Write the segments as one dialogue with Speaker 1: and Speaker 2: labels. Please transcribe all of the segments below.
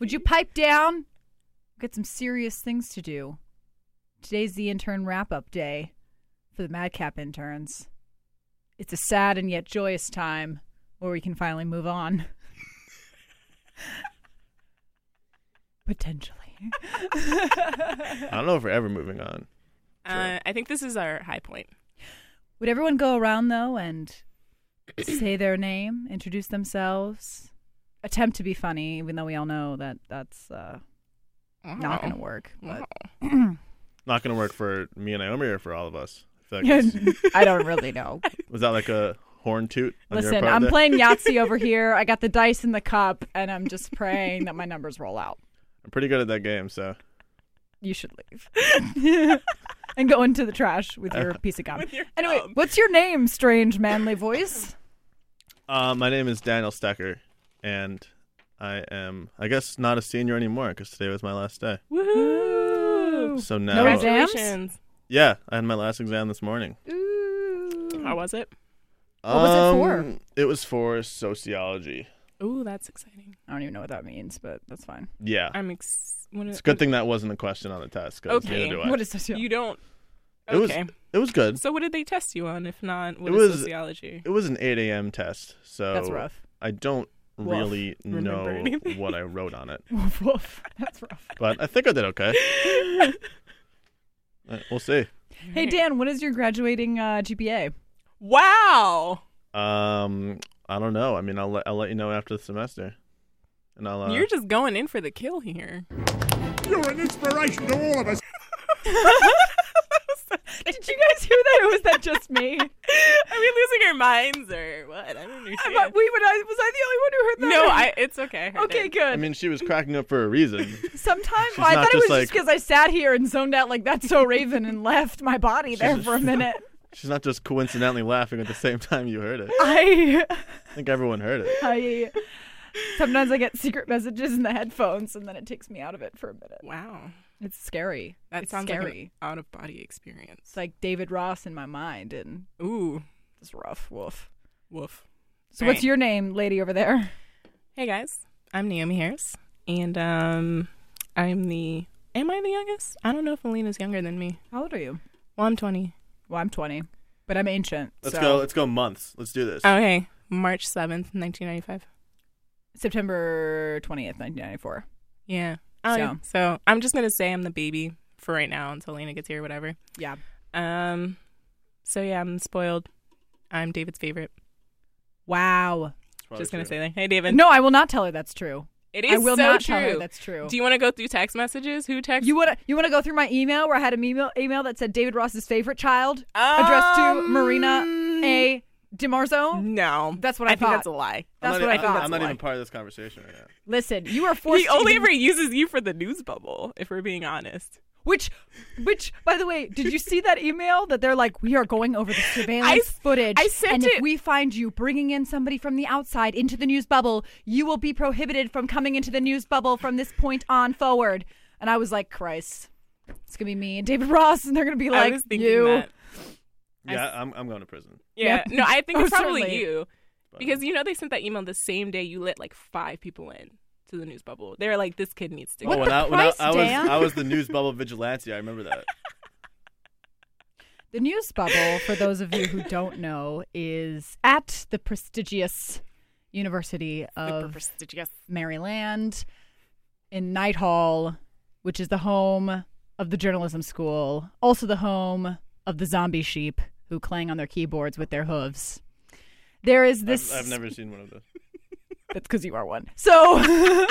Speaker 1: Would you pipe down? We've got some serious things to do. Today's the intern wrap up day for the madcap interns. It's a sad and yet joyous time where we can finally move on. Potentially.
Speaker 2: I don't know if we're ever moving on.
Speaker 3: Uh, I think this is our high point.
Speaker 1: Would everyone go around though and say their name, introduce themselves, attempt to be funny, even though we all know that that's uh, not going to work? But
Speaker 2: Not going to work for me and Naomi or for all of us. I feel like it's-
Speaker 1: I don't really know.
Speaker 2: was that like a horn toot? On your
Speaker 1: Listen,
Speaker 2: part
Speaker 1: I'm
Speaker 2: there?
Speaker 1: playing Yahtzee over here. I got the dice in the cup, and I'm just praying that my numbers roll out.
Speaker 2: I'm pretty good at that game, so
Speaker 1: You should leave and go into the trash with your piece of gum.
Speaker 3: your
Speaker 1: Anyway,
Speaker 3: gum.
Speaker 1: what's your name, strange manly voice?
Speaker 2: Uh, my name is Daniel Stecker, and I am, I guess, not a senior anymore because today was my last day.
Speaker 3: Woohoo!
Speaker 2: So now,
Speaker 1: No exam?
Speaker 3: Congratulations.
Speaker 2: yeah, I had my last exam this morning.
Speaker 3: How was it?
Speaker 2: What
Speaker 1: was it for?
Speaker 2: Um, It was for sociology.
Speaker 3: Ooh, that's exciting.
Speaker 1: I don't even know what that means, but that's fine.
Speaker 2: Yeah,
Speaker 3: I'm ex- what
Speaker 2: it's a good thing that wasn't a question on the test. 'cause
Speaker 3: Okay.
Speaker 2: neither do I.
Speaker 1: What is this?
Speaker 3: You don't.
Speaker 2: It was-
Speaker 3: Okay.
Speaker 2: it was good.
Speaker 3: So what did they test you on? If not, what
Speaker 2: It
Speaker 3: is
Speaker 2: was-
Speaker 3: sociology?
Speaker 2: It was an 8 a.m. test, so
Speaker 1: That's rough.
Speaker 2: I don't
Speaker 1: Woof.
Speaker 2: really
Speaker 3: Remember
Speaker 2: know
Speaker 3: anything.
Speaker 2: what I wrote on it,
Speaker 1: Woof woof. That's rough.
Speaker 2: but I think I did okay. Uh, We'll see.
Speaker 1: Hey Dan, what is your graduating uh, GPA?
Speaker 3: Wow,
Speaker 2: Um, I don't know. I mean, I'll let I'll let you know after the semester, and I'll. Uh,
Speaker 3: you're just going in for the kill here.
Speaker 4: You're an inspiration to all of us.
Speaker 1: Did you guys hear that, or was that just me?
Speaker 3: Are we losing our minds or what? I don't
Speaker 1: Am
Speaker 3: understand.
Speaker 1: I- we would I was I the only one who heard that?
Speaker 3: no, I. It's okay. I heard
Speaker 1: Okay,
Speaker 3: it.
Speaker 1: good.
Speaker 2: I mean, she was cracking up for a reason.
Speaker 1: Sometimes
Speaker 2: She's
Speaker 1: well, I
Speaker 2: not
Speaker 1: thought it was
Speaker 2: just
Speaker 1: just
Speaker 2: like-
Speaker 1: because I sat here and zoned out like that's so Raven and left my body there
Speaker 2: just-
Speaker 1: for a minute.
Speaker 2: She's not just coincidentally laughing at the same time you heard it.
Speaker 1: I
Speaker 2: I think everyone heard it.
Speaker 1: I sometimes I get secret messages in the headphones and then it takes me out of it for a minute.
Speaker 3: Wow,
Speaker 1: It's scary.
Speaker 3: that
Speaker 1: it's
Speaker 3: sounds
Speaker 1: scary.
Speaker 3: like an out of body experience.
Speaker 1: it's like David Ross in my mind and
Speaker 3: Ooh,
Speaker 1: it's rough. Woof.
Speaker 3: woof.
Speaker 1: So
Speaker 3: Right.
Speaker 1: what's your name, lady over there?
Speaker 3: Hey guys, I'm Naomi Harris, and um, I'm the. Am I the youngest? I don't know if Alina's younger than me.
Speaker 1: How old are you?
Speaker 3: Well, I'm 20.
Speaker 1: Well, I'm 20, but I'm ancient.
Speaker 2: Let's
Speaker 1: so
Speaker 2: go. Let's go months. Let's do this.
Speaker 3: Okay, March 7th, 1995.
Speaker 1: September 20th, 1994.
Speaker 3: Yeah. Oh, yeah.
Speaker 1: So-
Speaker 3: so I'm just gonna say I'm the baby for right now until Alina gets here, whatever.
Speaker 1: Yeah.
Speaker 3: Um. So yeah, I'm spoiled. I'm David's favorite.
Speaker 1: Wow.
Speaker 2: It's probably
Speaker 3: Just gonna
Speaker 2: true.
Speaker 3: say that. Hey, David.
Speaker 1: No, I will not tell her that's true.
Speaker 3: it is
Speaker 1: I will
Speaker 3: so
Speaker 1: not
Speaker 3: true.
Speaker 1: tell her that's true.
Speaker 3: Do you want to go through text messages? Who texted?
Speaker 1: You want to you want to go through my email where I had an email email that said David Ross's favorite child
Speaker 3: Um,
Speaker 1: addressed to Marina A. Demarzo.
Speaker 3: No,
Speaker 1: That's what I
Speaker 3: Mm-hmm. think. That's
Speaker 1: thought.
Speaker 3: a lie.
Speaker 2: I'm
Speaker 1: That's
Speaker 2: not
Speaker 1: what I
Speaker 2: even-
Speaker 1: thought.
Speaker 2: I'm not
Speaker 1: That's a
Speaker 2: even
Speaker 1: lie.
Speaker 2: part of this conversation right now.
Speaker 1: Listen, you are forced.
Speaker 3: he only
Speaker 1: to
Speaker 3: ever uses you for the news bubble. If we're being honest,
Speaker 1: which, which, by the way, did you see that email that they're like, we are going over the surveillance
Speaker 3: I s-
Speaker 1: footage,
Speaker 3: I sent
Speaker 1: and if
Speaker 3: it-
Speaker 1: we find you bringing in somebody from the outside into the news bubble, you will be prohibited from coming into the news bubble from this point on forward. And I was like, Christ, it's gonna be me and David Ross, and they're gonna be like,
Speaker 3: I was thinking
Speaker 1: you.
Speaker 3: that.
Speaker 2: Yeah, I'm I'm going to prison.
Speaker 3: Yeah.
Speaker 1: Yep.
Speaker 3: No, I think
Speaker 1: Oh,
Speaker 3: it's probably
Speaker 1: certainly.
Speaker 3: you.
Speaker 2: But-
Speaker 3: Because you know they sent that email the same day you let like five people in to the news bubble. They're like, this kid needs to
Speaker 2: oh,
Speaker 3: go.
Speaker 2: when
Speaker 1: the
Speaker 2: I, when I,
Speaker 1: Christ,
Speaker 2: I was
Speaker 1: Dan?
Speaker 2: I was the news bubble vigilante. I remember that.
Speaker 1: The news bubble, for those of you who don't know, is at the prestigious University of Maryland in Night Hall, which is the home of the journalism school, also the home of the zombie sheep who clang on their keyboards with their hooves. There is this.
Speaker 2: I've, I've never seen one of those.
Speaker 1: That's because you are one. So. what do you mean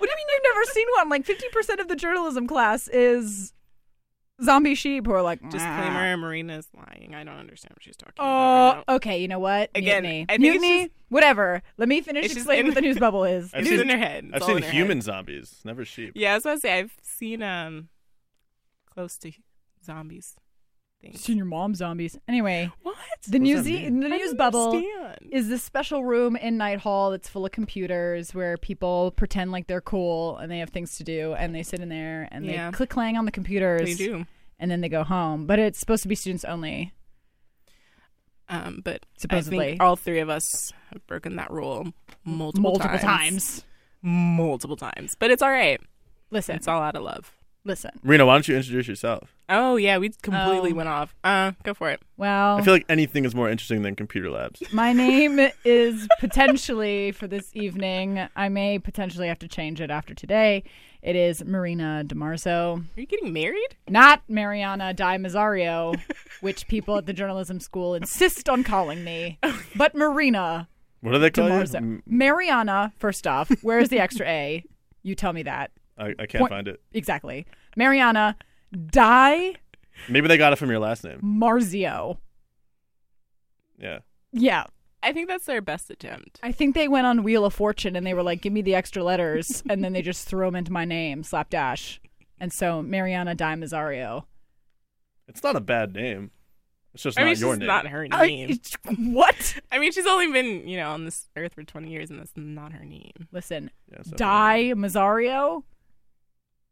Speaker 1: you've never seen one? Like 50% of the journalism class is zombie sheep who are like. "Nah."
Speaker 3: Disclaimer: Marina's lying. I don't understand what she's talking
Speaker 1: Oh,
Speaker 3: about.
Speaker 1: okay. You know what?
Speaker 3: Again,
Speaker 1: Mutiny.
Speaker 3: I think it's
Speaker 1: Mutiny, whatever. Let me finish
Speaker 3: it's just
Speaker 1: explaining
Speaker 3: in-
Speaker 1: what the news bubble is.
Speaker 2: I've
Speaker 3: It's
Speaker 2: seen-
Speaker 3: in her head. It's
Speaker 2: I've
Speaker 3: all
Speaker 2: seen
Speaker 3: in her
Speaker 2: human
Speaker 3: head.
Speaker 2: zombies, never sheep.
Speaker 3: Yeah, I was about to say I've seen um close to zombies. Things.
Speaker 1: Seen your mom zombies. Anyway,
Speaker 3: What?
Speaker 1: the
Speaker 2: does
Speaker 1: news
Speaker 2: that
Speaker 1: the
Speaker 2: mean?
Speaker 3: I
Speaker 1: news
Speaker 3: don't
Speaker 1: bubble
Speaker 3: understand.
Speaker 1: is this special room in Night Hall that's full of computers where people pretend like they're cool and they have things to do and they sit in there and
Speaker 3: Yeah.
Speaker 1: they click clang on the computers
Speaker 3: They do.
Speaker 1: and then they go home. But it's supposed to be students only.
Speaker 3: Um, but I
Speaker 1: Supposedly.
Speaker 3: think all three of us have broken that rule multiple,
Speaker 1: multiple times.
Speaker 3: multiple times, but it's all right.
Speaker 1: Listen,
Speaker 3: It's all out of love.
Speaker 1: listen.
Speaker 2: Rena, why don't you introduce yourself?
Speaker 3: Oh yeah, we completely
Speaker 1: Oh.
Speaker 3: went off. Uh, go for it.
Speaker 1: Well,
Speaker 2: I
Speaker 3: Oh.
Speaker 2: feel like anything is more interesting than computer labs.
Speaker 1: my name is potentially for this evening. I may potentially have to change it after today. It is Marina DiMarzo,
Speaker 3: Are you getting married?
Speaker 1: not Mariana Di Mazzario, which people at the journalism school insist on calling me, but Marina
Speaker 2: What do they call you?
Speaker 1: DiMarzo.
Speaker 2: Mm,
Speaker 1: Mariana, first off, where is the extra A? You tell me that.
Speaker 2: I, I can't
Speaker 1: Point-
Speaker 2: find it.
Speaker 1: Exactly. Mariana Di
Speaker 2: Maybe they got it from your last name.
Speaker 1: Marzio.
Speaker 2: Yeah.
Speaker 1: Yeah.
Speaker 3: I think that's their best attempt.
Speaker 1: I think they went on Wheel of Fortune and they were like, give me the extra letters. and then they just threw them into my name, slapdash. And so Mariana Di Mazzario.
Speaker 2: It's not a bad name. It's just
Speaker 3: I
Speaker 2: not
Speaker 3: mean, it's
Speaker 2: your
Speaker 3: just
Speaker 2: name.
Speaker 3: not her
Speaker 1: I-
Speaker 3: name.
Speaker 1: it's- what?
Speaker 3: I mean, she's only been you know on this earth for twenty years, and that's not her name.
Speaker 1: Listen,
Speaker 2: Yeah, so-
Speaker 1: Di Mazzario?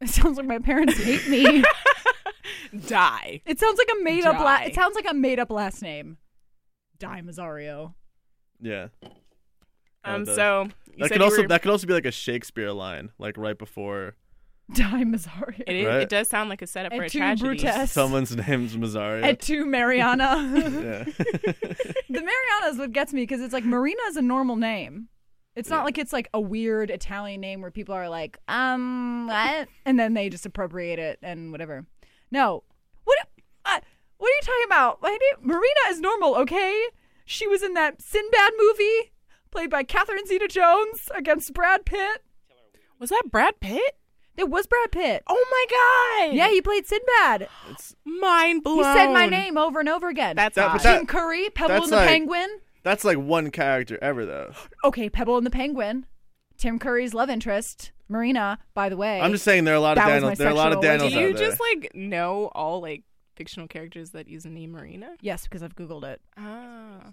Speaker 1: It sounds like my parents hate me.
Speaker 3: Die.
Speaker 1: it sounds like a made up la-
Speaker 3: Di.
Speaker 1: it sounds like a made up last name. Di Mazzario.
Speaker 2: Yeah. Oh,
Speaker 3: Um.
Speaker 2: it does.
Speaker 3: So you
Speaker 2: that
Speaker 3: said
Speaker 2: could
Speaker 3: you
Speaker 2: also
Speaker 3: were-
Speaker 2: that could also be like a Shakespeare line, like right before
Speaker 1: Di Mazzario.
Speaker 3: it, is,
Speaker 2: right?
Speaker 3: it does sound like a setup
Speaker 1: Et
Speaker 3: for a
Speaker 1: tu,
Speaker 3: tragedy.
Speaker 1: Brutes? Yes.
Speaker 2: someone's name's Mazaria.
Speaker 1: Et tu, Mariana.
Speaker 2: yeah.
Speaker 1: The Mariana is what gets me because it's like Marina is a normal name. It's not
Speaker 2: Yeah.
Speaker 1: like it's like a weird Italian name where people are like, um, what? And then they just appropriate it and whatever. No, what? Uh, what are you talking about? Why do- Marina is normal, okay? She was in that Sinbad movie played by Catherine Zeta-Jones against Brad Pitt.
Speaker 3: Was that Brad Pitt?
Speaker 1: It was Brad Pitt.
Speaker 3: Oh my god!
Speaker 1: Yeah, he played Sinbad.
Speaker 3: mind blown.
Speaker 1: He said my name over and over again.
Speaker 3: That's
Speaker 2: That-
Speaker 3: hot.
Speaker 2: but that-
Speaker 1: Tim Curry, Pebble
Speaker 2: that's
Speaker 1: and the
Speaker 2: like-
Speaker 1: Penguin.
Speaker 2: That's like one character ever though.
Speaker 1: okay, Pebble and the Penguin, Tim Curry's love interest, Marina. By the way,
Speaker 2: I'm just saying there are a lot of
Speaker 1: That was
Speaker 2: Daniels.
Speaker 1: my
Speaker 2: There are a lot of
Speaker 1: sexual
Speaker 2: Daniels
Speaker 3: Do
Speaker 1: orientation.
Speaker 2: out
Speaker 3: you
Speaker 2: there.
Speaker 3: just like know all like fictional characters that use the name Marina?
Speaker 1: yes, because I've googled it.
Speaker 3: Ah.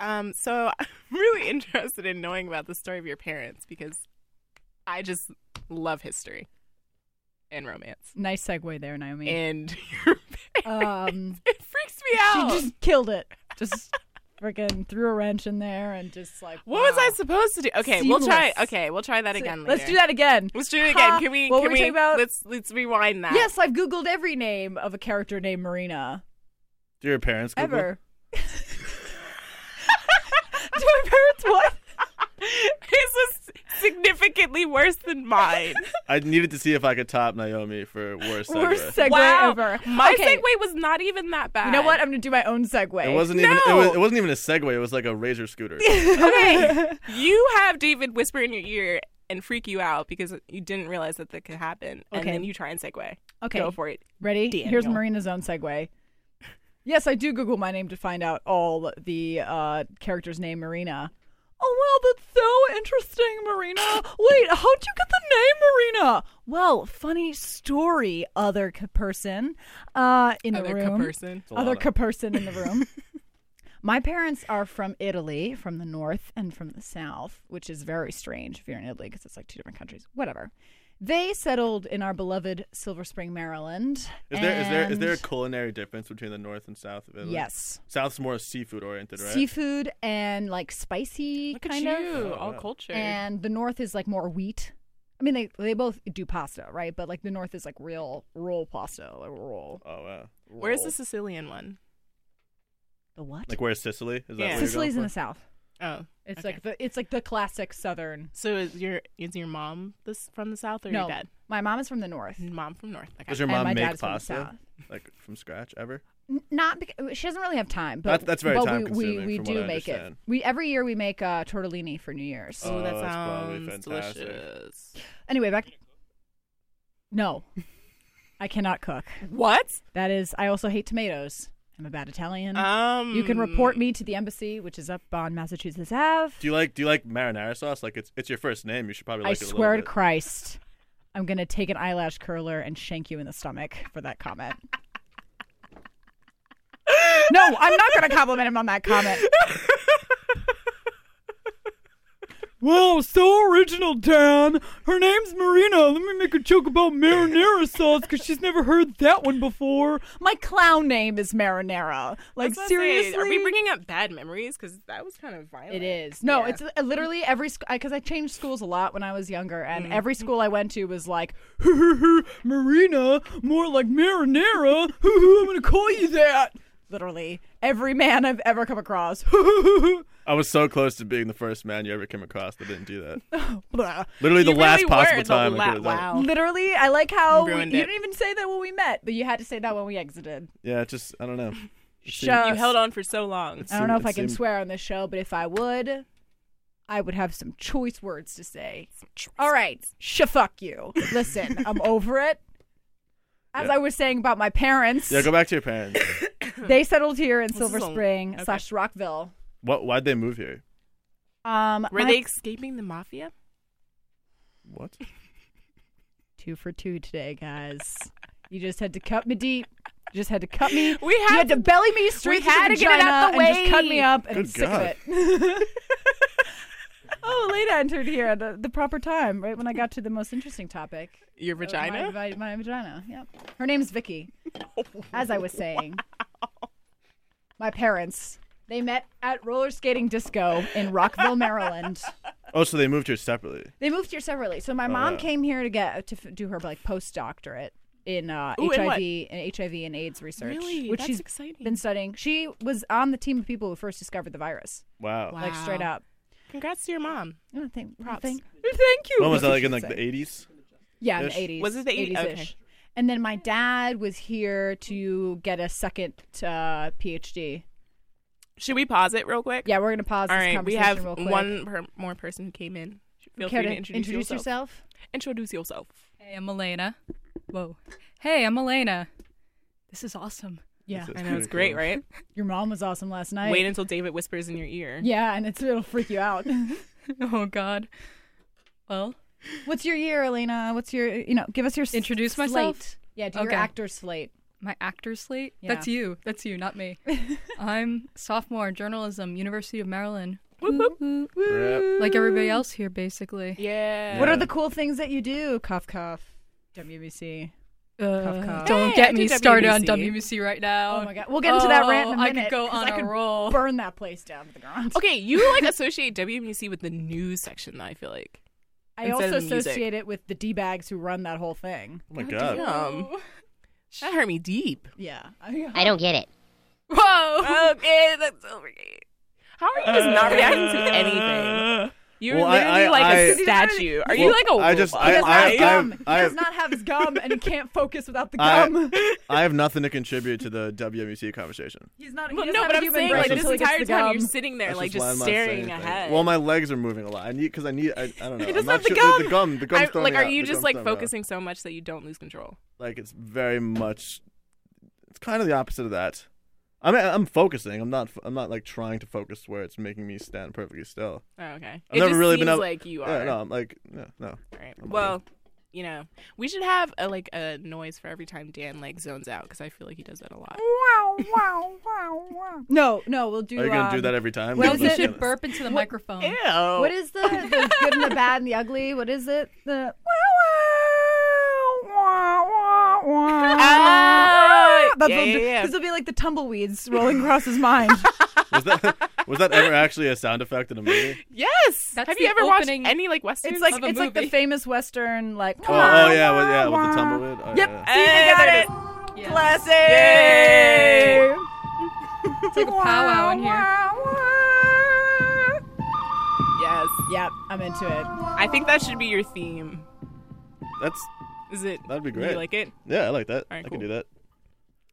Speaker 3: Um, so I'm really interested in knowing about the story of your parents because I just love history and romance.
Speaker 1: Nice segue there, Naomi.
Speaker 3: And your parents.
Speaker 1: um,
Speaker 3: it freaks me
Speaker 1: she
Speaker 3: out.
Speaker 1: just killed it. Just freaking threw a wrench in there and just like.
Speaker 3: what was I
Speaker 1: wow.
Speaker 3: supposed to do? Okay, we'll try.
Speaker 1: Seamless.
Speaker 3: Okay, we'll try that again.
Speaker 1: Let's
Speaker 3: later.
Speaker 1: do that again.
Speaker 3: Let's do it
Speaker 1: Ha!
Speaker 3: again. Can we?
Speaker 1: What
Speaker 3: can
Speaker 1: were we
Speaker 3: we?
Speaker 1: talking about?
Speaker 3: Let's let's rewind that.
Speaker 1: Yes, I've googled every name of a character named Marina
Speaker 2: Do your parents Google?
Speaker 1: ever. Do my parents what?
Speaker 3: His was significantly worse than mine.
Speaker 2: I needed to see if I could top Naomi for worst segue.
Speaker 1: Worst segue ever.
Speaker 3: My
Speaker 1: okay,
Speaker 3: segue was not even that bad.
Speaker 1: You know what? I'm gonna do my own segue.
Speaker 2: It wasn't even. It,
Speaker 3: No.
Speaker 2: was, it wasn't even a segue. It was like a razor scooter.
Speaker 3: Okay. you have David whisper in your ear and freak you out because you didn't realize that that could happen. And
Speaker 1: Okay.
Speaker 3: then you try and segue.
Speaker 1: Okay.
Speaker 3: Go for it.
Speaker 1: Ready? Here's
Speaker 3: Daniel.
Speaker 1: Marina's own segue. Yes, I do Google my name to find out all the uh, characters' name Marina. Oh well, that's so interesting, Marina. Wait, how'd you get the name Marina? Well, funny story, other ca- person uh, in the room
Speaker 3: person.
Speaker 2: It's a
Speaker 1: other
Speaker 2: lot
Speaker 1: ca-
Speaker 2: of-
Speaker 1: person in the room. My parents are from Italy, from the north and from the south, which is very strange if you're in Italy because it's like two different countries. Whatever. They settled in our beloved Silver Spring, Maryland.
Speaker 2: Is there is there is there a
Speaker 1: and-
Speaker 2: culinary difference between the north and south of Italy?
Speaker 1: yes
Speaker 2: South's more seafood oriented, right?
Speaker 1: seafood and like spicy
Speaker 3: Look
Speaker 1: kind
Speaker 3: at
Speaker 1: of,
Speaker 3: you. All
Speaker 2: wow.
Speaker 3: culture.
Speaker 1: and the north is like more wheat. I mean, they they both do pasta, right? But like the north is like real roll pasta, like roll.
Speaker 2: Oh wow.
Speaker 3: Where's the
Speaker 2: Roll.
Speaker 3: Sicilian one?
Speaker 1: The what?
Speaker 2: Like where's Sicily? Is that
Speaker 3: Yeah.
Speaker 2: what
Speaker 1: Sicily's in
Speaker 2: you're
Speaker 1: the south.
Speaker 3: Oh.
Speaker 1: It's
Speaker 3: Okay.
Speaker 1: like the it's like the classic southern.
Speaker 3: So is your is your mom this from the south or
Speaker 1: no,
Speaker 3: your dad?
Speaker 1: my mom is from the north.
Speaker 3: Mom from north.
Speaker 2: Does
Speaker 3: Okay.
Speaker 2: your
Speaker 1: And
Speaker 2: mom
Speaker 1: my
Speaker 2: make
Speaker 1: dad's from the
Speaker 2: pasta
Speaker 1: South.
Speaker 2: like from scratch ever?
Speaker 1: N- Not because she doesn't really have time, but
Speaker 2: That- that's very
Speaker 1: but we, we,
Speaker 2: time-consuming
Speaker 1: we
Speaker 2: from what
Speaker 1: do
Speaker 2: I
Speaker 1: make it.
Speaker 2: understand.
Speaker 1: We every year we make uh, tortellini for New Year's.
Speaker 2: Oh,
Speaker 3: oh, that
Speaker 2: that's probably
Speaker 3: sounds
Speaker 2: fantastic.
Speaker 3: delicious.
Speaker 1: Anyway, back. No, I cannot cook.
Speaker 3: What?
Speaker 1: That is, I also hate tomatoes. I'm a bad Italian.
Speaker 3: Um,
Speaker 1: you can report
Speaker 2: Mm.
Speaker 1: me to the embassy, which is up on Massachusetts Ave.
Speaker 2: Do you like do you like marinara sauce? Like it's it's your first name. You should probably
Speaker 1: I
Speaker 2: like it a
Speaker 1: swear to
Speaker 2: little bit.
Speaker 1: Christ, I'm going to take an eyelash curler and shank you in the stomach for that comment. no, I'm not going to compliment him on that comment.
Speaker 5: Wow, so original, Dan. Her name's Marina. Let me make a joke about marinara sauce because she's never heard that one before.
Speaker 1: My clown name is Marinara. Like
Speaker 3: That's what I say.
Speaker 1: seriously,
Speaker 3: are we bringing up bad memories? Because that was kind of violent.
Speaker 1: It is. No,
Speaker 3: Yeah.
Speaker 1: it's uh, literally every school because I changed schools a lot when I was younger, and every school I went to was like,
Speaker 5: Marina, more like marinara. I'm gonna call you that.
Speaker 1: literally every man I've ever come across.
Speaker 2: I was so close to being the first man you ever came across that didn't do that.
Speaker 1: Blah.
Speaker 2: Literally the
Speaker 3: You
Speaker 2: last
Speaker 3: really
Speaker 2: possible
Speaker 3: were the
Speaker 2: time. I
Speaker 3: la-
Speaker 2: could have done it.
Speaker 3: wow.
Speaker 1: literally, I like how we, you
Speaker 3: Oh. Ruined it.
Speaker 1: didn't even say that when we met, but you had to say that when we exited.
Speaker 2: Yeah, it just I don't know. It seemed-
Speaker 1: Shucks.
Speaker 3: You held on for so long.
Speaker 2: it
Speaker 1: I don't know
Speaker 2: seemed-
Speaker 1: if
Speaker 2: it
Speaker 1: I can
Speaker 2: seemed-
Speaker 1: swear on this show, but if I would, I would have some choice words to say. All right, sh fuck you. Listen, I'm over it. As
Speaker 2: Yeah.
Speaker 1: I was saying about my parents,
Speaker 2: Yeah, go back to your parents.
Speaker 1: they settled here in
Speaker 3: is
Speaker 1: Silver
Speaker 3: a-
Speaker 1: Spring
Speaker 3: okay.
Speaker 1: slash Rockville.
Speaker 2: What? Why'd they move here?
Speaker 1: Um,
Speaker 3: Were
Speaker 1: my-
Speaker 3: they escaping the mafia?
Speaker 2: What?
Speaker 1: two for two today, guys? You just had to cut me deep. You just had to cut me.
Speaker 3: We
Speaker 1: you
Speaker 3: had
Speaker 1: had to belly me straight
Speaker 3: had
Speaker 1: to, the
Speaker 3: to get it out
Speaker 1: vagina
Speaker 3: the
Speaker 1: and just cut
Speaker 3: way.
Speaker 1: me up, and I'm
Speaker 2: Good
Speaker 1: sick
Speaker 2: God.
Speaker 1: of it. oh, Lena entered here at the, the proper time, right when I got to the most interesting topic.
Speaker 3: Your vagina?
Speaker 1: Oh, My, my, my vagina. Yep. Her name's Vicky. As I was saying, my parents they met at roller skating disco in Rockville, Maryland.
Speaker 2: Oh, so they moved here separately.
Speaker 1: They moved here separately. So my
Speaker 3: Uh-huh.
Speaker 1: mom
Speaker 2: wow.
Speaker 1: came here to get to f- do her like postdoctorate in uh,
Speaker 3: Ooh, in what?
Speaker 1: HIV and HIV and AIDS research,
Speaker 3: Really?
Speaker 1: which
Speaker 3: That's
Speaker 1: she's
Speaker 3: exciting.
Speaker 1: been studying. She was on the team of people who first discovered the virus,
Speaker 2: Wow.
Speaker 3: Wow.
Speaker 1: like straight up.
Speaker 3: Congrats to your mom.
Speaker 1: I don't think.
Speaker 3: Props.
Speaker 1: Thank, thank you.
Speaker 2: When was that?
Speaker 1: I
Speaker 2: Like in
Speaker 1: should
Speaker 2: like
Speaker 1: say.
Speaker 2: the eighties?
Speaker 1: Yeah, in
Speaker 2: ish?
Speaker 1: the eighties.
Speaker 3: Was it the 80s? Okay.
Speaker 1: ish? And then my dad was here to get a second uh, PhD.
Speaker 3: Should we pause it real quick?
Speaker 1: Yeah, we're gonna pause
Speaker 3: All
Speaker 1: this
Speaker 3: right. We
Speaker 1: conversation
Speaker 3: have
Speaker 1: real quick.
Speaker 3: one per- more person who came in. Feel
Speaker 1: Care
Speaker 3: free
Speaker 1: to
Speaker 3: to introduce, yourself.
Speaker 1: yourself?
Speaker 3: Introduce yourself.
Speaker 6: Hey, I'm Elena. Whoa. Hey, I'm Elena. This is awesome.
Speaker 1: Yeah,
Speaker 2: This is
Speaker 3: I know it's
Speaker 2: pretty
Speaker 3: great,
Speaker 2: cool.
Speaker 3: right?
Speaker 1: your mom was awesome last night.
Speaker 3: Wait until David whispers in your ear.
Speaker 1: yeah, and it's it'll freak you out.
Speaker 6: Oh, God. Well,
Speaker 1: What's your year, Elena? What's your you know? Give us your s-
Speaker 6: Introduce
Speaker 1: slate.
Speaker 6: myself?
Speaker 1: Yeah, do your
Speaker 6: Okay.
Speaker 1: actor slate.
Speaker 6: my actor slate?
Speaker 1: Yeah.
Speaker 6: That's you. That's you, not me. I'm sophomore in journalism, University of Maryland.
Speaker 2: Rip.
Speaker 6: Like everybody else here, basically.
Speaker 3: Yeah.
Speaker 1: What are the cool things that you do? Cuff cuff. WBC.
Speaker 6: Uh,
Speaker 1: cuff.
Speaker 6: Don't
Speaker 3: Hey, I
Speaker 6: get
Speaker 3: do
Speaker 6: me started on
Speaker 3: WBC.
Speaker 6: WBC right now.
Speaker 1: Oh my god. We'll get into that rant
Speaker 6: Oh,
Speaker 1: in a minute.
Speaker 6: I could go
Speaker 1: 'cause
Speaker 6: on
Speaker 1: I
Speaker 6: a
Speaker 1: could
Speaker 6: roll.
Speaker 1: Burn that place down to the ground.
Speaker 3: Okay, you like associate WMUC with the news section, though, I feel like.
Speaker 1: I
Speaker 3: instead
Speaker 1: also
Speaker 3: of music.
Speaker 1: associate it with the d bags who run that whole thing.
Speaker 2: Oh my god.
Speaker 3: Um, that hurt me deep.
Speaker 1: Yeah.
Speaker 7: I don't get it.
Speaker 6: Whoa.
Speaker 3: okay, that's Silvergate. How are you just not reacting to anything? You're
Speaker 2: Well, I-
Speaker 3: literally
Speaker 2: I-
Speaker 3: like a
Speaker 2: I-
Speaker 3: statue. Are you
Speaker 2: Well,
Speaker 3: like a?
Speaker 2: I just-
Speaker 1: He
Speaker 2: I-
Speaker 1: does not have gum.
Speaker 2: I-
Speaker 1: he does not have gum, and he can't focus without the
Speaker 2: I-
Speaker 1: gum.
Speaker 2: I have nothing to contribute to the WMUC conversation.
Speaker 1: He's not. He
Speaker 3: Well,
Speaker 1: doesn't
Speaker 3: no,
Speaker 1: have
Speaker 3: but
Speaker 1: a
Speaker 3: I'm
Speaker 1: human
Speaker 3: saying
Speaker 1: brain
Speaker 3: like this
Speaker 1: until he gets
Speaker 3: entire
Speaker 1: the
Speaker 3: time you're
Speaker 1: gum.
Speaker 3: sitting there
Speaker 2: That's
Speaker 3: like
Speaker 2: why I'm
Speaker 3: just
Speaker 2: not saying
Speaker 3: staring
Speaker 2: anything.
Speaker 3: ahead.
Speaker 2: Well, my legs are moving a lot. I need because I need. I, I don't know.
Speaker 3: It
Speaker 2: I'm
Speaker 3: doesn't
Speaker 2: not
Speaker 3: have the
Speaker 2: sure-
Speaker 3: gum.
Speaker 2: The gum. The gum's
Speaker 3: I'm-
Speaker 2: throwing
Speaker 3: like,
Speaker 2: me
Speaker 3: are
Speaker 2: out.
Speaker 3: you
Speaker 2: The
Speaker 3: just
Speaker 2: gum's
Speaker 3: like
Speaker 2: throwing me out.
Speaker 3: focusing so much that you don't lose control?
Speaker 2: Like it's very much. It's kind of the opposite of that. I mean, I'm focusing. I'm not. I'm not like trying to focus where it's making me stand perfectly still.
Speaker 3: Oh, okay.
Speaker 2: I've
Speaker 3: it
Speaker 2: never
Speaker 3: just
Speaker 2: really
Speaker 3: seems
Speaker 2: been able-
Speaker 3: like you are.
Speaker 2: Yeah, no, I'm like no, no.
Speaker 3: All right.
Speaker 2: I'm
Speaker 3: Well, you know, we should have a, like a noise for every time Dan like zones out because I feel like he does that a lot.
Speaker 1: Wow! Wow! Wow! Wow! No, no, we'll do.
Speaker 2: Are you gonna do
Speaker 1: um,
Speaker 2: that every time?
Speaker 1: what
Speaker 6: No,
Speaker 1: is
Speaker 6: you
Speaker 1: it?
Speaker 6: should burp into the microphone.
Speaker 1: What is the, the good and the bad and the ugly? What is it? The
Speaker 3: Ah,
Speaker 1: That's
Speaker 3: yeah,
Speaker 1: what-
Speaker 3: yeah, yeah.
Speaker 1: This will be like the tumbleweeds rolling across his mind.
Speaker 2: was that was that ever actually a sound effect in a movie?
Speaker 3: Yes.
Speaker 6: That's
Speaker 3: have you
Speaker 6: the
Speaker 3: ever
Speaker 6: opening-
Speaker 3: watched any like westerns?
Speaker 1: It's like
Speaker 6: Of
Speaker 1: it's
Speaker 6: a
Speaker 1: like the
Speaker 6: movie.
Speaker 1: famous western like.
Speaker 2: Oh, oh yeah, with, yeah, with the tumbleweed. Oh,
Speaker 1: Yep.
Speaker 2: yeah.
Speaker 1: See, they
Speaker 3: Hey,
Speaker 1: got
Speaker 3: there it
Speaker 1: it.
Speaker 6: Yeah.
Speaker 1: Classic.
Speaker 3: Yay.
Speaker 6: It's like a powwow in here.
Speaker 3: Yes.
Speaker 1: Yep, I'm into it.
Speaker 3: I think that should be your theme.
Speaker 2: That's
Speaker 3: Is it?
Speaker 2: That'd be
Speaker 3: do
Speaker 2: great.
Speaker 3: You like it?
Speaker 2: yeah, I like that.
Speaker 3: All right,
Speaker 2: I
Speaker 3: cool.
Speaker 2: can do that.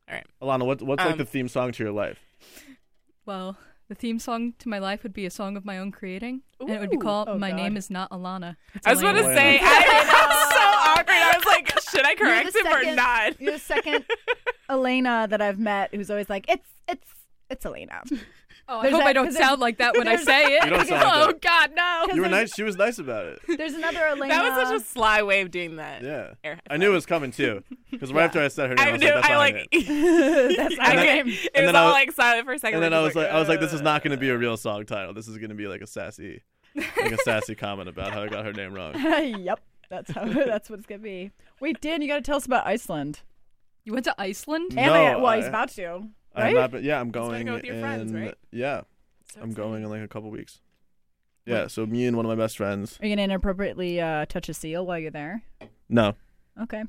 Speaker 3: All right.
Speaker 2: Alana, what, what's like
Speaker 3: Um,
Speaker 2: the theme song to your life?
Speaker 6: Well, the theme song to my life would be a song of my own creating, and it would be
Speaker 3: Ooh.
Speaker 6: called
Speaker 1: Oh,
Speaker 6: "My
Speaker 1: God.
Speaker 6: Name Is Not Alana." It's
Speaker 3: I was
Speaker 6: Elena.
Speaker 3: going to say, I, it's so awkward. I was like, should I
Speaker 1: You're the
Speaker 3: correct him or
Speaker 1: second-
Speaker 3: not?
Speaker 1: You're the second Elena that I've met who's always like, it's it's it's Elena.
Speaker 6: Oh, I
Speaker 1: There's
Speaker 6: hope
Speaker 1: that-
Speaker 6: I don't
Speaker 1: 'cause there's-
Speaker 6: sound like that when I
Speaker 1: there's-
Speaker 6: say it.
Speaker 2: You don't sound
Speaker 6: oh
Speaker 2: like
Speaker 6: God, no.
Speaker 2: You were
Speaker 1: there's-
Speaker 2: nice. She was nice about it.
Speaker 1: There's another Elena.
Speaker 3: That was such a sly way of doing that.
Speaker 2: Yeah.
Speaker 3: Air high
Speaker 2: I knew it was coming too, because right after I said her name, I,
Speaker 3: I,
Speaker 2: was
Speaker 3: knew.
Speaker 2: like, "That's
Speaker 3: I
Speaker 2: not her
Speaker 3: like.
Speaker 2: name."
Speaker 1: That's
Speaker 3: I
Speaker 1: not her
Speaker 2: then-
Speaker 3: came.
Speaker 1: name.
Speaker 3: It
Speaker 2: and
Speaker 3: was
Speaker 2: then I
Speaker 3: all
Speaker 2: was-
Speaker 3: like silent for a second.
Speaker 2: And then I was like, I was like, "This is
Speaker 3: uh,
Speaker 2: not going to be a real song title. This is going to be like a sassy Make a sassy comment about how I got her name wrong.
Speaker 1: yep, that's how. That's what it's gonna be. Wait, Dan, you got to tell us about Iceland.
Speaker 6: You went to Iceland?
Speaker 1: And I-
Speaker 2: No,
Speaker 1: well, he's
Speaker 2: I-
Speaker 1: about to.
Speaker 2: I'm
Speaker 1: Right?
Speaker 2: not, but yeah, I'm
Speaker 3: gotta
Speaker 2: going.
Speaker 3: go with your friends,
Speaker 2: in-
Speaker 3: right?
Speaker 2: Yeah,
Speaker 3: So
Speaker 2: I'm
Speaker 3: excited.
Speaker 2: going in like a couple weeks. Yeah, so me and one of my best friends.
Speaker 1: Are you gonna inappropriately uh, touch a seal while you're there?
Speaker 2: No,
Speaker 1: Okay.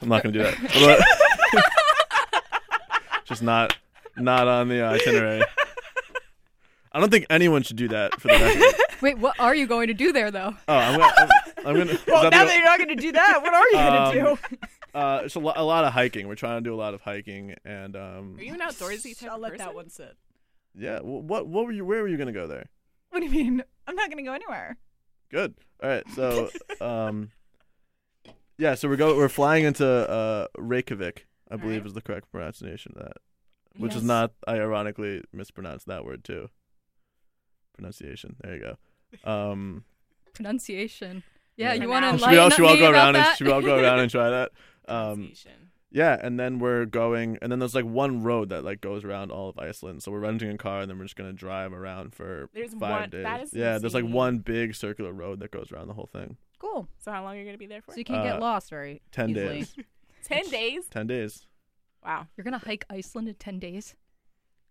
Speaker 2: I'm not gonna do that. What about- Just not, not on the itinerary. I don't think anyone should do that for the record.
Speaker 6: Wait, what are you going to do there though?
Speaker 2: Oh, I'm gonna. I'm, I'm gonna is
Speaker 1: Well,
Speaker 2: that
Speaker 1: Oh, now
Speaker 2: the-
Speaker 1: that you're not gonna do that, what are you gonna
Speaker 2: Um,
Speaker 1: do?
Speaker 2: uh, it's a, lo- a lot of hiking. We're trying to do a lot of hiking, and um,
Speaker 3: Are you an outdoorsy type
Speaker 1: I'll
Speaker 3: of
Speaker 1: let
Speaker 3: person?
Speaker 1: that one sit.
Speaker 2: yeah. wh- What what were you? Where were you gonna go there?
Speaker 1: What do you mean? I'm not gonna go anywhere.
Speaker 2: Good. All right. So, um, yeah. So we're go we're flying into uh, Reykjavik. I
Speaker 3: All
Speaker 2: believe
Speaker 3: right.
Speaker 2: is the correct pronunciation of that, which is
Speaker 6: Yes.
Speaker 2: not. I ironically mispronounced that word too. Pronunciation. There you go. Um,
Speaker 6: Pronunciation. Yeah,
Speaker 2: Yeah.
Speaker 6: you want to
Speaker 2: should we
Speaker 6: enlighten
Speaker 2: all should we all
Speaker 6: me
Speaker 2: go
Speaker 6: about
Speaker 2: around and
Speaker 6: that?
Speaker 2: should we all go around and try that? Um,
Speaker 3: Pronunciation.
Speaker 2: yeah, and then we're going, and then there's like one road that like goes around all of Iceland. So we're renting a car, and then we're just gonna drive around for
Speaker 3: There's
Speaker 2: five
Speaker 3: one-
Speaker 2: days.
Speaker 3: that is
Speaker 2: yeah, there's like
Speaker 3: insane.
Speaker 2: one big circular road that goes around the whole thing.
Speaker 1: Cool.
Speaker 3: So how long are you gonna be there for?
Speaker 1: So you can get
Speaker 2: Uh,
Speaker 1: lost very
Speaker 2: Ten
Speaker 1: easily.
Speaker 2: days.
Speaker 3: Ten days.
Speaker 2: Ten days.
Speaker 3: Wow.
Speaker 6: You're gonna hike Iceland in ten days?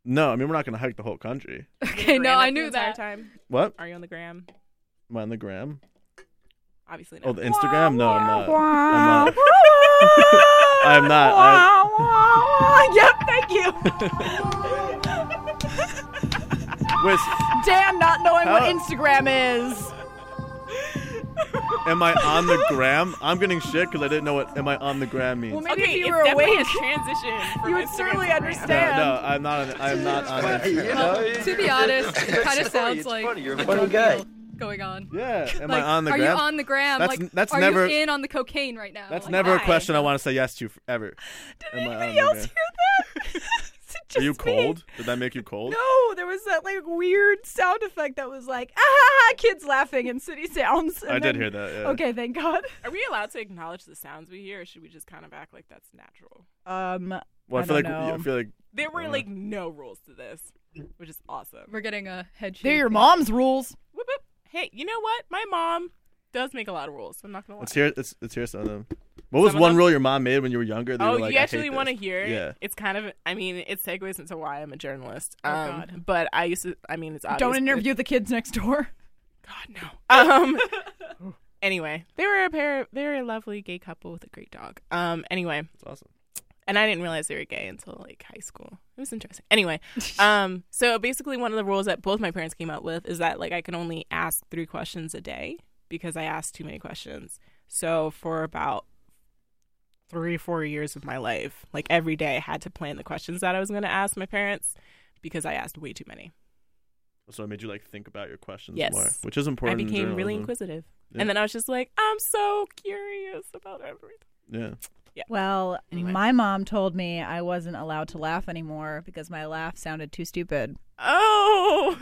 Speaker 2: No, I mean we're not gonna hike the whole country.
Speaker 6: Okay, no, I knew that.
Speaker 3: Time.
Speaker 2: What?
Speaker 3: Are you on the gram?
Speaker 2: Am I on the gram?
Speaker 3: Obviously not.
Speaker 2: Oh, the Instagram? No, I'm not. I'm not. I'm not. I-
Speaker 1: yep, thank you.
Speaker 2: Wait, s-
Speaker 1: Dan not knowing what
Speaker 2: How-
Speaker 1: Instagram is.
Speaker 2: am I on the gram? I'm getting shit because I didn't know what "am I on the gram" means.
Speaker 1: Well,
Speaker 2: No,
Speaker 1: maybe
Speaker 3: okay,
Speaker 1: if
Speaker 3: it's
Speaker 1: you were
Speaker 3: definitely
Speaker 1: awake,
Speaker 3: a transition. From
Speaker 1: you would
Speaker 3: Instagram
Speaker 1: certainly
Speaker 3: to gram.
Speaker 1: understand.
Speaker 2: no, I'm not. On, I'm not on Instagram.
Speaker 6: To be honest, it kind of sounds like a drug deal going on.
Speaker 2: Yeah, am
Speaker 6: like,
Speaker 2: I on the
Speaker 6: are
Speaker 2: gram?
Speaker 6: you on the gram?
Speaker 2: That's-
Speaker 6: like,
Speaker 2: that's
Speaker 6: are
Speaker 2: never-
Speaker 6: you in on the cocaine right now?
Speaker 2: That's
Speaker 6: Like,
Speaker 2: never
Speaker 3: why?
Speaker 2: a question I want to say yes to f- ever. Did
Speaker 1: Anybody else hear that? Is it
Speaker 2: Are you
Speaker 1: just me?
Speaker 2: cold? Did that make you cold?
Speaker 1: No, there was that like weird sound effect that was like, ah, ha, ha, kids laughing and city sounds. and
Speaker 2: I did
Speaker 1: then-
Speaker 2: hear that. Yeah.
Speaker 1: Okay, thank God.
Speaker 3: Are we allowed to acknowledge the sounds we hear, or should we just kind of act like that's natural?
Speaker 1: Um,
Speaker 2: Well,
Speaker 1: I
Speaker 2: I, feel like
Speaker 1: don't
Speaker 2: I
Speaker 1: know.
Speaker 2: feel like
Speaker 3: There were
Speaker 2: Yeah.
Speaker 3: like no rules to this, which is awesome.
Speaker 6: We're getting a head shake.
Speaker 1: they're your mom's rules.
Speaker 3: Whoop, whoop. Hey, you know what? My mom does make a lot of rules. So I'm not gonna lie.
Speaker 2: let's hear let's, let's hear some of them. What was
Speaker 3: Some of
Speaker 2: one
Speaker 3: them?
Speaker 2: rule your mom made when you were younger? That
Speaker 3: oh,
Speaker 2: you, were like,
Speaker 3: you
Speaker 2: "I
Speaker 3: actually
Speaker 2: hate
Speaker 3: want to
Speaker 2: this"?
Speaker 3: hear? it?
Speaker 2: Yeah.
Speaker 3: It's kind of. I mean, it segues into why I'm a journalist.
Speaker 1: Oh,
Speaker 3: um,
Speaker 1: God.
Speaker 3: But I used to. I mean, it's obvious.
Speaker 1: Don't
Speaker 3: but-
Speaker 1: interview the kids next door.
Speaker 3: God no. Um. anyway, they were a pair. They were a lovely gay couple with a great dog. Um. Anyway,
Speaker 2: That's awesome.
Speaker 3: and I didn't realize they were gay until like high school. It was interesting. Anyway, um, so basically one of the rules that both my parents came up with is that like I can only ask three questions a day because I asked too many questions. So for about three, four years of my life, like every day I had to plan the questions that I was going to ask my parents because I asked way too many.
Speaker 2: So it made you like think about your questions
Speaker 3: Yes.
Speaker 2: more, which is important.
Speaker 3: I
Speaker 2: in
Speaker 3: became really
Speaker 2: journalism.
Speaker 3: inquisitive,
Speaker 2: Yeah.
Speaker 3: and then I was just like, I'm so curious about everything.
Speaker 2: Yeah.
Speaker 1: Well,
Speaker 3: Anyway.
Speaker 1: my mom told me I wasn't allowed to laugh anymore because my laugh sounded too stupid.
Speaker 3: Oh,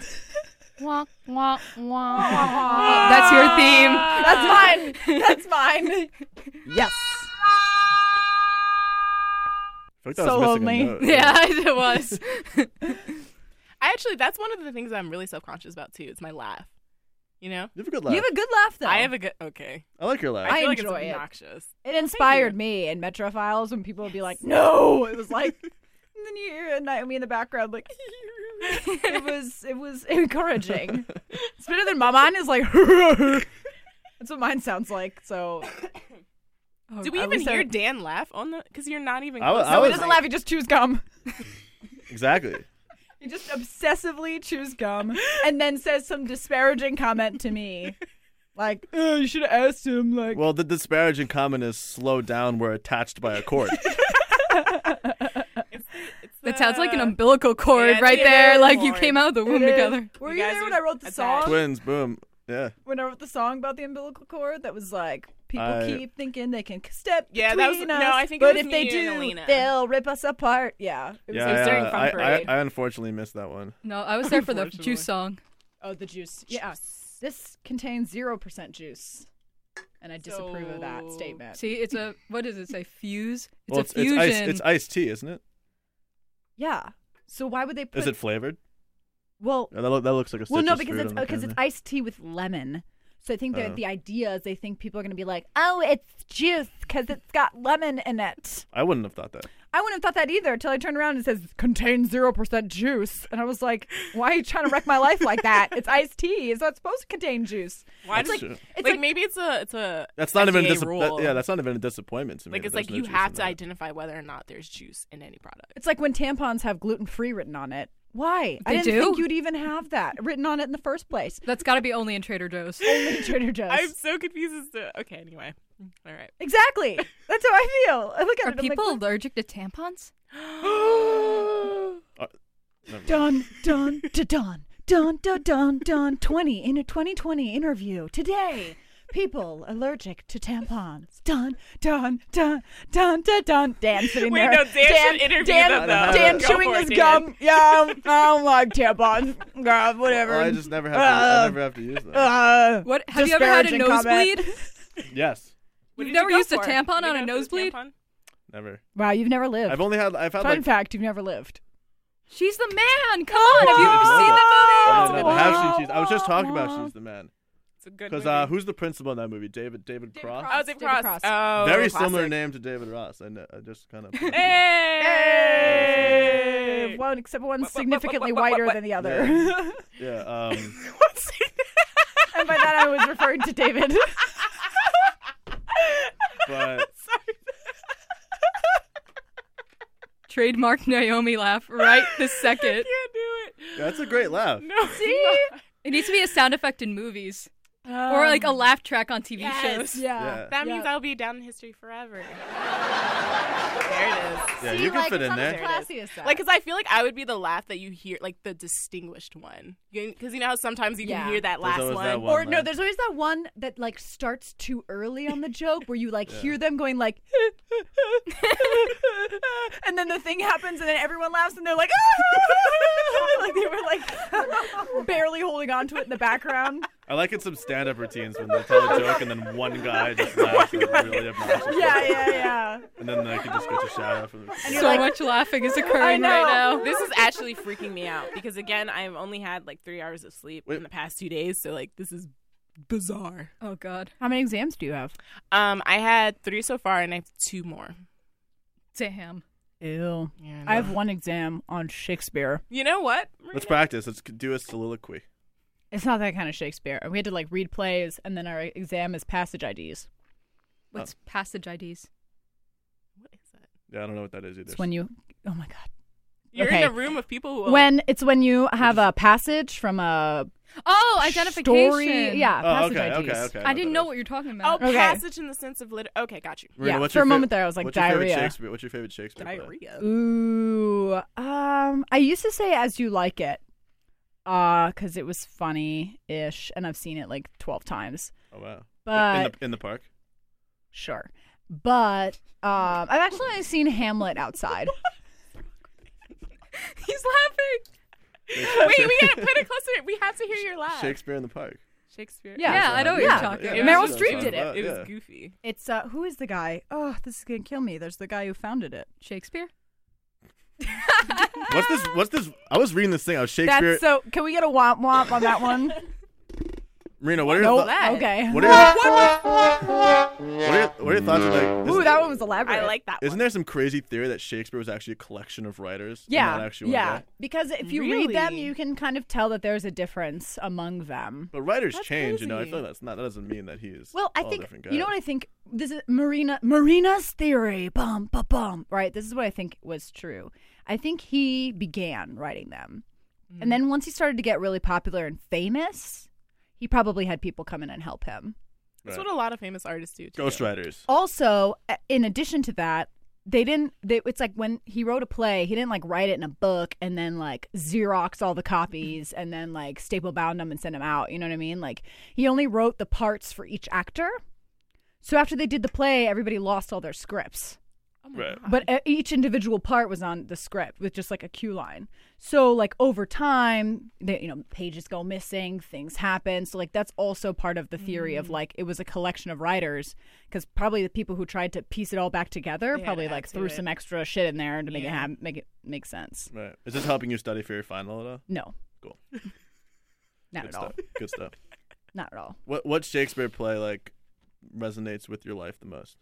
Speaker 6: That's your theme.
Speaker 1: That's mine. That's mine. yes.
Speaker 2: I feel like that
Speaker 1: So
Speaker 2: was
Speaker 1: lonely.
Speaker 2: missing a note.
Speaker 6: yeah, it was.
Speaker 3: I actually that's one of the things I'm really self conscious about too. It's my laugh. You know,
Speaker 2: You have a good
Speaker 1: You
Speaker 2: laugh.
Speaker 1: have a good laugh though.
Speaker 3: I have a good okay.
Speaker 2: I like your laugh.
Speaker 1: I
Speaker 3: I, feel
Speaker 1: enjoy
Speaker 3: like
Speaker 1: it.
Speaker 3: it's obnoxious.
Speaker 1: It inspired me in Metrophiles when people would be like, "No!" It was like, and then you hear and I- me in the background like, it was it was encouraging. it's better than my mine is like. That's what mine sounds like. So
Speaker 6: Oh,
Speaker 3: Do we
Speaker 1: I
Speaker 3: even
Speaker 1: was so-
Speaker 3: hear Dan laugh on the? Because you're not even.
Speaker 2: I wa-
Speaker 3: close.
Speaker 2: I
Speaker 1: no,
Speaker 2: was-
Speaker 1: he doesn't laugh. He just chews gum.
Speaker 2: Exactly.
Speaker 1: He just obsessively chews gum and then says some disparaging comment to me, like, oh, "You should have asked him." Like,
Speaker 2: Well, the disparaging comment is slow down. We're attached by a cord.
Speaker 6: That sounds like an umbilical cord
Speaker 3: Yeah,
Speaker 6: right
Speaker 3: it's
Speaker 6: there.
Speaker 3: an
Speaker 6: Like you
Speaker 3: umbilical
Speaker 6: came out of the womb
Speaker 1: It is-
Speaker 6: together.
Speaker 1: Were
Speaker 3: You
Speaker 1: you,
Speaker 3: guys
Speaker 1: there when
Speaker 3: are
Speaker 1: I wrote the
Speaker 3: attached.
Speaker 1: song?
Speaker 2: Twins. Boom. Yeah.
Speaker 1: when I wrote the song about the umbilical cord that was like people
Speaker 2: I-
Speaker 1: keep thinking they can step
Speaker 3: Yeah, that was-
Speaker 1: between
Speaker 3: no,
Speaker 1: us,
Speaker 3: I think it
Speaker 1: but
Speaker 3: was
Speaker 1: if they
Speaker 3: me and
Speaker 1: do,
Speaker 3: Alina.
Speaker 1: they'll rip us apart. Yeah, it was
Speaker 2: Yeah.
Speaker 1: like-
Speaker 2: I,
Speaker 3: during
Speaker 2: uh,
Speaker 3: Fun
Speaker 2: I, I,
Speaker 3: Parade.
Speaker 2: I unfortunately missed that one.
Speaker 6: No, I was there for the juice
Speaker 3: Unfortunately.
Speaker 6: song.
Speaker 1: oh, the juice. Yeah, this contains zero percent juice, and I disapprove of that
Speaker 3: So-
Speaker 1: statement.
Speaker 6: See, it's a what does it say? Fuse. It's
Speaker 2: well,
Speaker 6: a
Speaker 2: it's, it's
Speaker 6: fusion.
Speaker 2: ice. It's iced tea, isn't it?
Speaker 1: yeah, so why would they put?
Speaker 2: Is it flavored?
Speaker 1: Well,
Speaker 2: Yeah, that, look, that looks like a
Speaker 1: well, no,
Speaker 2: citrus
Speaker 1: because
Speaker 2: fruit
Speaker 1: it's
Speaker 2: on the
Speaker 1: because
Speaker 2: can
Speaker 1: it's
Speaker 2: there.
Speaker 1: iced tea with lemon. So I think that
Speaker 2: Oh.
Speaker 1: the idea is they think people are going to be like, "Oh, it's juice because it's got lemon in it."
Speaker 2: I wouldn't have thought that.
Speaker 1: I wouldn't have thought that either until I turned around and it says contains zero percent juice, and I was like, "Why are you trying to wreck my life like that? It's iced tea. It's not supposed to contain juice."
Speaker 3: Why
Speaker 2: That's
Speaker 3: does
Speaker 2: true.
Speaker 3: like,
Speaker 1: It's
Speaker 3: like,
Speaker 1: like-
Speaker 3: maybe it's a it's a
Speaker 2: That's not even a
Speaker 3: FDA
Speaker 2: dis-
Speaker 3: rule.
Speaker 2: that- yeah, that's not even a disappointment to me.
Speaker 3: like
Speaker 2: that
Speaker 3: it's like
Speaker 2: there's no
Speaker 3: you
Speaker 2: juice
Speaker 3: have
Speaker 2: in
Speaker 3: to
Speaker 2: that.
Speaker 3: identify whether or not there's juice in any product.
Speaker 1: It's like when tampons have gluten free written on it. Why? I
Speaker 6: They
Speaker 1: didn't
Speaker 6: do?
Speaker 1: think you'd even have that written on it in the first place.
Speaker 6: That's got to be only in Trader Joe's.
Speaker 1: Only Trader Joe's.
Speaker 3: I'm so confused as to okay. Anyway, all right.
Speaker 1: Exactly. That's how I feel. I look at
Speaker 6: Are
Speaker 1: it. I'm like,
Speaker 6: people allergic to tampons?
Speaker 2: Never mind.
Speaker 1: Dun dun da dun dun da dun dun twenty in a twenty twenty interview today. People allergic to tampons. Dun dun dun dun da dun. Dan sitting
Speaker 3: Wait,
Speaker 1: there.
Speaker 3: no, Dan should interview
Speaker 1: Dan,
Speaker 3: them,
Speaker 2: though.
Speaker 1: Dan
Speaker 2: Go
Speaker 1: chewing
Speaker 3: for it,
Speaker 1: his
Speaker 3: Dan.
Speaker 1: gum. Yeah, I don't, I don't like tampons. God, whatever.
Speaker 2: Well, I just never have. To, I
Speaker 1: Uh,
Speaker 2: never have to use them.
Speaker 1: Uh,
Speaker 6: What have you ever had a
Speaker 1: disparaging comment.
Speaker 6: nosebleed?
Speaker 2: yes,
Speaker 3: What
Speaker 6: You've
Speaker 3: did you
Speaker 6: never
Speaker 3: go
Speaker 6: used a
Speaker 3: for?
Speaker 6: tampon
Speaker 3: You
Speaker 6: on a
Speaker 3: go for the
Speaker 6: nosebleed?
Speaker 3: tampon?
Speaker 2: never.
Speaker 1: Wow, you've never lived.
Speaker 2: I've only had. I've had
Speaker 1: Fun
Speaker 2: like.
Speaker 1: fact: You've never lived.
Speaker 6: She's the man. Come on, have you ever seen that?
Speaker 2: I
Speaker 1: that
Speaker 2: didn't even have She's- I was just talking about she's the man
Speaker 3: It's a good
Speaker 2: because
Speaker 3: movie.
Speaker 2: uh, who's the principal in that movie? David David, Cross.
Speaker 3: Oh, David
Speaker 1: David
Speaker 3: Cross.
Speaker 1: Cross.
Speaker 3: Oh,
Speaker 2: Very
Speaker 3: classic.
Speaker 2: similar name to David Ross. I, know, I just kind of.
Speaker 3: Hey!
Speaker 1: One, except one's
Speaker 3: What, what, what,
Speaker 1: significantly
Speaker 3: what, what,
Speaker 1: whiter
Speaker 3: what?
Speaker 1: than the other.
Speaker 2: Yeah. Yeah. Um,
Speaker 3: What's
Speaker 1: and by that, I was referring to David.
Speaker 2: but
Speaker 6: Trademark Naomi laugh right this second.
Speaker 3: Can't do it.
Speaker 2: yeah, that's a great laugh.
Speaker 3: No. See?
Speaker 6: It needs to be a sound effect in movies or
Speaker 1: Um,
Speaker 6: like a laugh track on TV
Speaker 3: yes.
Speaker 6: shows.
Speaker 2: Yeah.
Speaker 3: That means
Speaker 1: Yeah.
Speaker 3: I'll be down in history forever. there it is.
Speaker 2: yeah, you can fit in there.
Speaker 3: Like, because I feel like I would be the laugh that you hear, like the distinguished one. Because you know how sometimes you
Speaker 1: Yeah.
Speaker 3: can hear that
Speaker 2: There's
Speaker 3: last
Speaker 2: always
Speaker 3: one.
Speaker 2: that one.
Speaker 1: or no,
Speaker 2: laugh.
Speaker 1: there's always that one that like starts too early on the joke where you like hear them going like, and then the thing happens and then everyone laughs and they're like, like they were like barely holding on to it in the background.
Speaker 2: I like in some stand-up routines when they tell a joke and then one guy just laughs like, really obnoxious.
Speaker 1: Yeah, yeah, yeah.
Speaker 2: And then like he just gets a shout out from the.
Speaker 1: And
Speaker 6: So
Speaker 1: you're like,
Speaker 6: much laughing is
Speaker 1: I
Speaker 6: occurring
Speaker 1: know.
Speaker 6: right now.
Speaker 3: Oh, This is actually freaking me out because again, I've only had like three hours of sleep
Speaker 2: Wait.
Speaker 3: in the past two days, so like this is bizarre.
Speaker 6: Oh god.
Speaker 1: how many exams do you have?
Speaker 3: Um, I had three so far, and I have two more.
Speaker 6: Damn.
Speaker 1: Ew.
Speaker 3: Yeah,
Speaker 1: I have one exam on Shakespeare.
Speaker 3: You know what?
Speaker 2: Let's
Speaker 3: Marina?
Speaker 2: practice. Let's do a soliloquy.
Speaker 1: It's not that kind of Shakespeare. We had to like read plays, and then our exam is passage IDs. Uh,
Speaker 6: What's passage IDs?
Speaker 3: What is that?
Speaker 2: Yeah, I don't know what that is either.
Speaker 1: It's when you, oh my god,
Speaker 3: You're
Speaker 1: Okay.
Speaker 3: in a room of people who
Speaker 1: when it's when you have a passage from a
Speaker 6: Oh, identification.
Speaker 1: story. Yeah,
Speaker 2: Oh,
Speaker 1: passage
Speaker 2: okay,
Speaker 1: IDs.
Speaker 2: okay, okay.
Speaker 6: I didn't
Speaker 2: that
Speaker 6: know
Speaker 2: is.
Speaker 6: what you're talking about.
Speaker 3: oh
Speaker 1: Okay.
Speaker 3: passage in the sense of lit. Okay, got you.
Speaker 2: Marina,
Speaker 1: Yeah,
Speaker 2: what's
Speaker 1: for
Speaker 2: your
Speaker 1: a
Speaker 2: fa-
Speaker 1: moment there, I was like,
Speaker 2: what's your favorite
Speaker 1: diarrhea.
Speaker 2: Shakespeare- What's your favorite Shakespeare? play?
Speaker 3: Diarrhea.
Speaker 1: Ooh, um, I used to say "as you like it," uh, because it was funny ish, and I've seen it like twelve times.
Speaker 2: Oh wow.
Speaker 1: But
Speaker 2: in the in the park.
Speaker 1: sure, but um, I've actually only seen Hamlet outside.
Speaker 6: He's laughing.
Speaker 3: Wait, we gotta put it closer. We have to hear your laugh.
Speaker 2: Shakespeare in the park.
Speaker 3: Shakespeare.
Speaker 1: Yeah.
Speaker 6: Yeah, I know what you're
Speaker 1: Yeah.
Speaker 6: talking
Speaker 2: Yeah.
Speaker 6: about.
Speaker 3: It
Speaker 1: Meryl
Speaker 3: was-
Speaker 1: Streep did
Speaker 2: it.
Speaker 3: It
Speaker 2: Uh, Yeah.
Speaker 3: was goofy.
Speaker 1: It's uh, who is the guy? Oh, this is gonna kill me. There's the guy who founded it.
Speaker 6: Shakespeare?
Speaker 2: What's this? What's this? I was reading this thing. I was Shakespeare.
Speaker 1: That's so. Can we get a womp womp on that one?
Speaker 2: Marina, what are your
Speaker 1: Nope.
Speaker 2: thou-
Speaker 1: Okay.
Speaker 2: What are your, what are your, what are your thoughts on like?
Speaker 1: Ooh,
Speaker 2: is-
Speaker 1: that one was elaborate.
Speaker 3: I like that.
Speaker 2: Isn't
Speaker 3: one.
Speaker 2: there some crazy theory that Shakespeare was actually a collection of writers? and
Speaker 1: Yeah,
Speaker 2: not actually one
Speaker 1: yeah.
Speaker 2: guy?
Speaker 1: Because if you read them,
Speaker 3: Really?
Speaker 1: you can kind of tell that there's a difference among them.
Speaker 2: But writers
Speaker 3: That's
Speaker 2: change, you know. I
Speaker 3: crazy.
Speaker 2: feel like that's not. That doesn't mean that he is.
Speaker 1: Well, I
Speaker 2: all
Speaker 1: think
Speaker 2: different
Speaker 1: you know
Speaker 2: guys.
Speaker 1: what I think. This is Marina Marina's theory. Bum bum bum. Right. This is what I think was true. I think he began writing them, and then once he started to get really popular and famous, he probably had people come in and help him.
Speaker 3: That's
Speaker 2: Right.
Speaker 3: what a lot of famous artists do. Too.
Speaker 2: Ghostwriters.
Speaker 1: also a- in addition to that they didn't they, it's like when he wrote a play he didn't like write it in a book and then like xerox all the copies and then like staple bound them and send them out you know what i mean like he only wrote the parts for each actor so after they did the play everybody lost all their scripts
Speaker 3: Oh my
Speaker 2: Right.
Speaker 3: God.
Speaker 1: but e- each individual part was on the script with just like a cue line. So like over time, the, you know, pages go missing, things happen. So like that's also part of the theory
Speaker 3: Mm.
Speaker 1: of like it was a collection of writers because probably the people who tried to piece it all back together
Speaker 3: Yeah,
Speaker 1: probably
Speaker 3: add
Speaker 1: like
Speaker 3: to
Speaker 1: threw
Speaker 3: it.
Speaker 1: some extra shit in there to make it
Speaker 3: Yeah.
Speaker 1: have make it make sense.
Speaker 2: Right. Is this helping you study for your final at all?
Speaker 1: No, Not
Speaker 2: Good
Speaker 1: at all.
Speaker 2: stuff. Good stuff.
Speaker 1: Not at all.
Speaker 2: What what Shakespeare play like resonates with your life the most?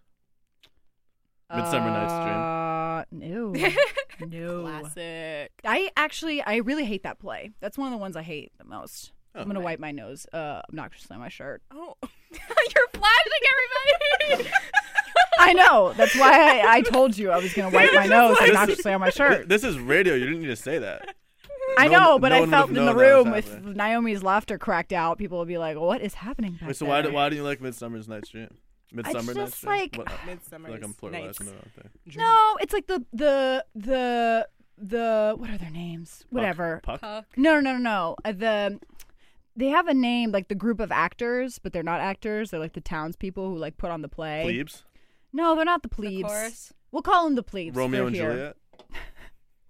Speaker 2: Midsummer Night's
Speaker 1: Dream. Uh, No. no.
Speaker 3: Classic.
Speaker 1: I actually, I really hate that play. That's one of the ones I hate the most.
Speaker 2: Oh.
Speaker 1: I'm gonna wipe my nose uh, obnoxiously on my shirt.
Speaker 3: Oh,
Speaker 6: You're flashing everybody.
Speaker 1: I know. That's why I, I told you I was gonna wipe my nose obnoxiously on my
Speaker 2: Th-
Speaker 1: shirt.
Speaker 2: This is radio. You didn't need to say that.
Speaker 1: I
Speaker 2: No
Speaker 1: know,
Speaker 2: one-
Speaker 1: but
Speaker 2: no
Speaker 1: I
Speaker 2: one
Speaker 1: felt in
Speaker 2: would've
Speaker 1: the
Speaker 2: known that was
Speaker 1: room with
Speaker 2: happening.
Speaker 1: Naomi's laughter cracked out. People would be like, "What is happening?" Back
Speaker 2: Wait, so why do,
Speaker 1: there?"
Speaker 2: why do you like Midsummer's Night's Dream? Midsummer
Speaker 1: just
Speaker 2: Night's
Speaker 1: like-
Speaker 2: Dream. What- I
Speaker 3: Midsummer.
Speaker 2: feel like I'm
Speaker 3: Night's
Speaker 2: pluralizing the wrong thing.
Speaker 3: Dream.
Speaker 1: No, it's like the the the the what are their names? Whatever.
Speaker 2: Puck. Puck?
Speaker 6: Puck.
Speaker 1: No, no, no, no. Uh, the they have a name like the group of actors, but they're not actors. They're like the townspeople who like put on the play.
Speaker 2: Plebes.
Speaker 1: No, they're not the
Speaker 6: The
Speaker 1: plebes.
Speaker 6: chorus.
Speaker 1: We'll call them the plebes.
Speaker 2: Romeo
Speaker 1: for
Speaker 2: and
Speaker 1: here.
Speaker 2: Juliet.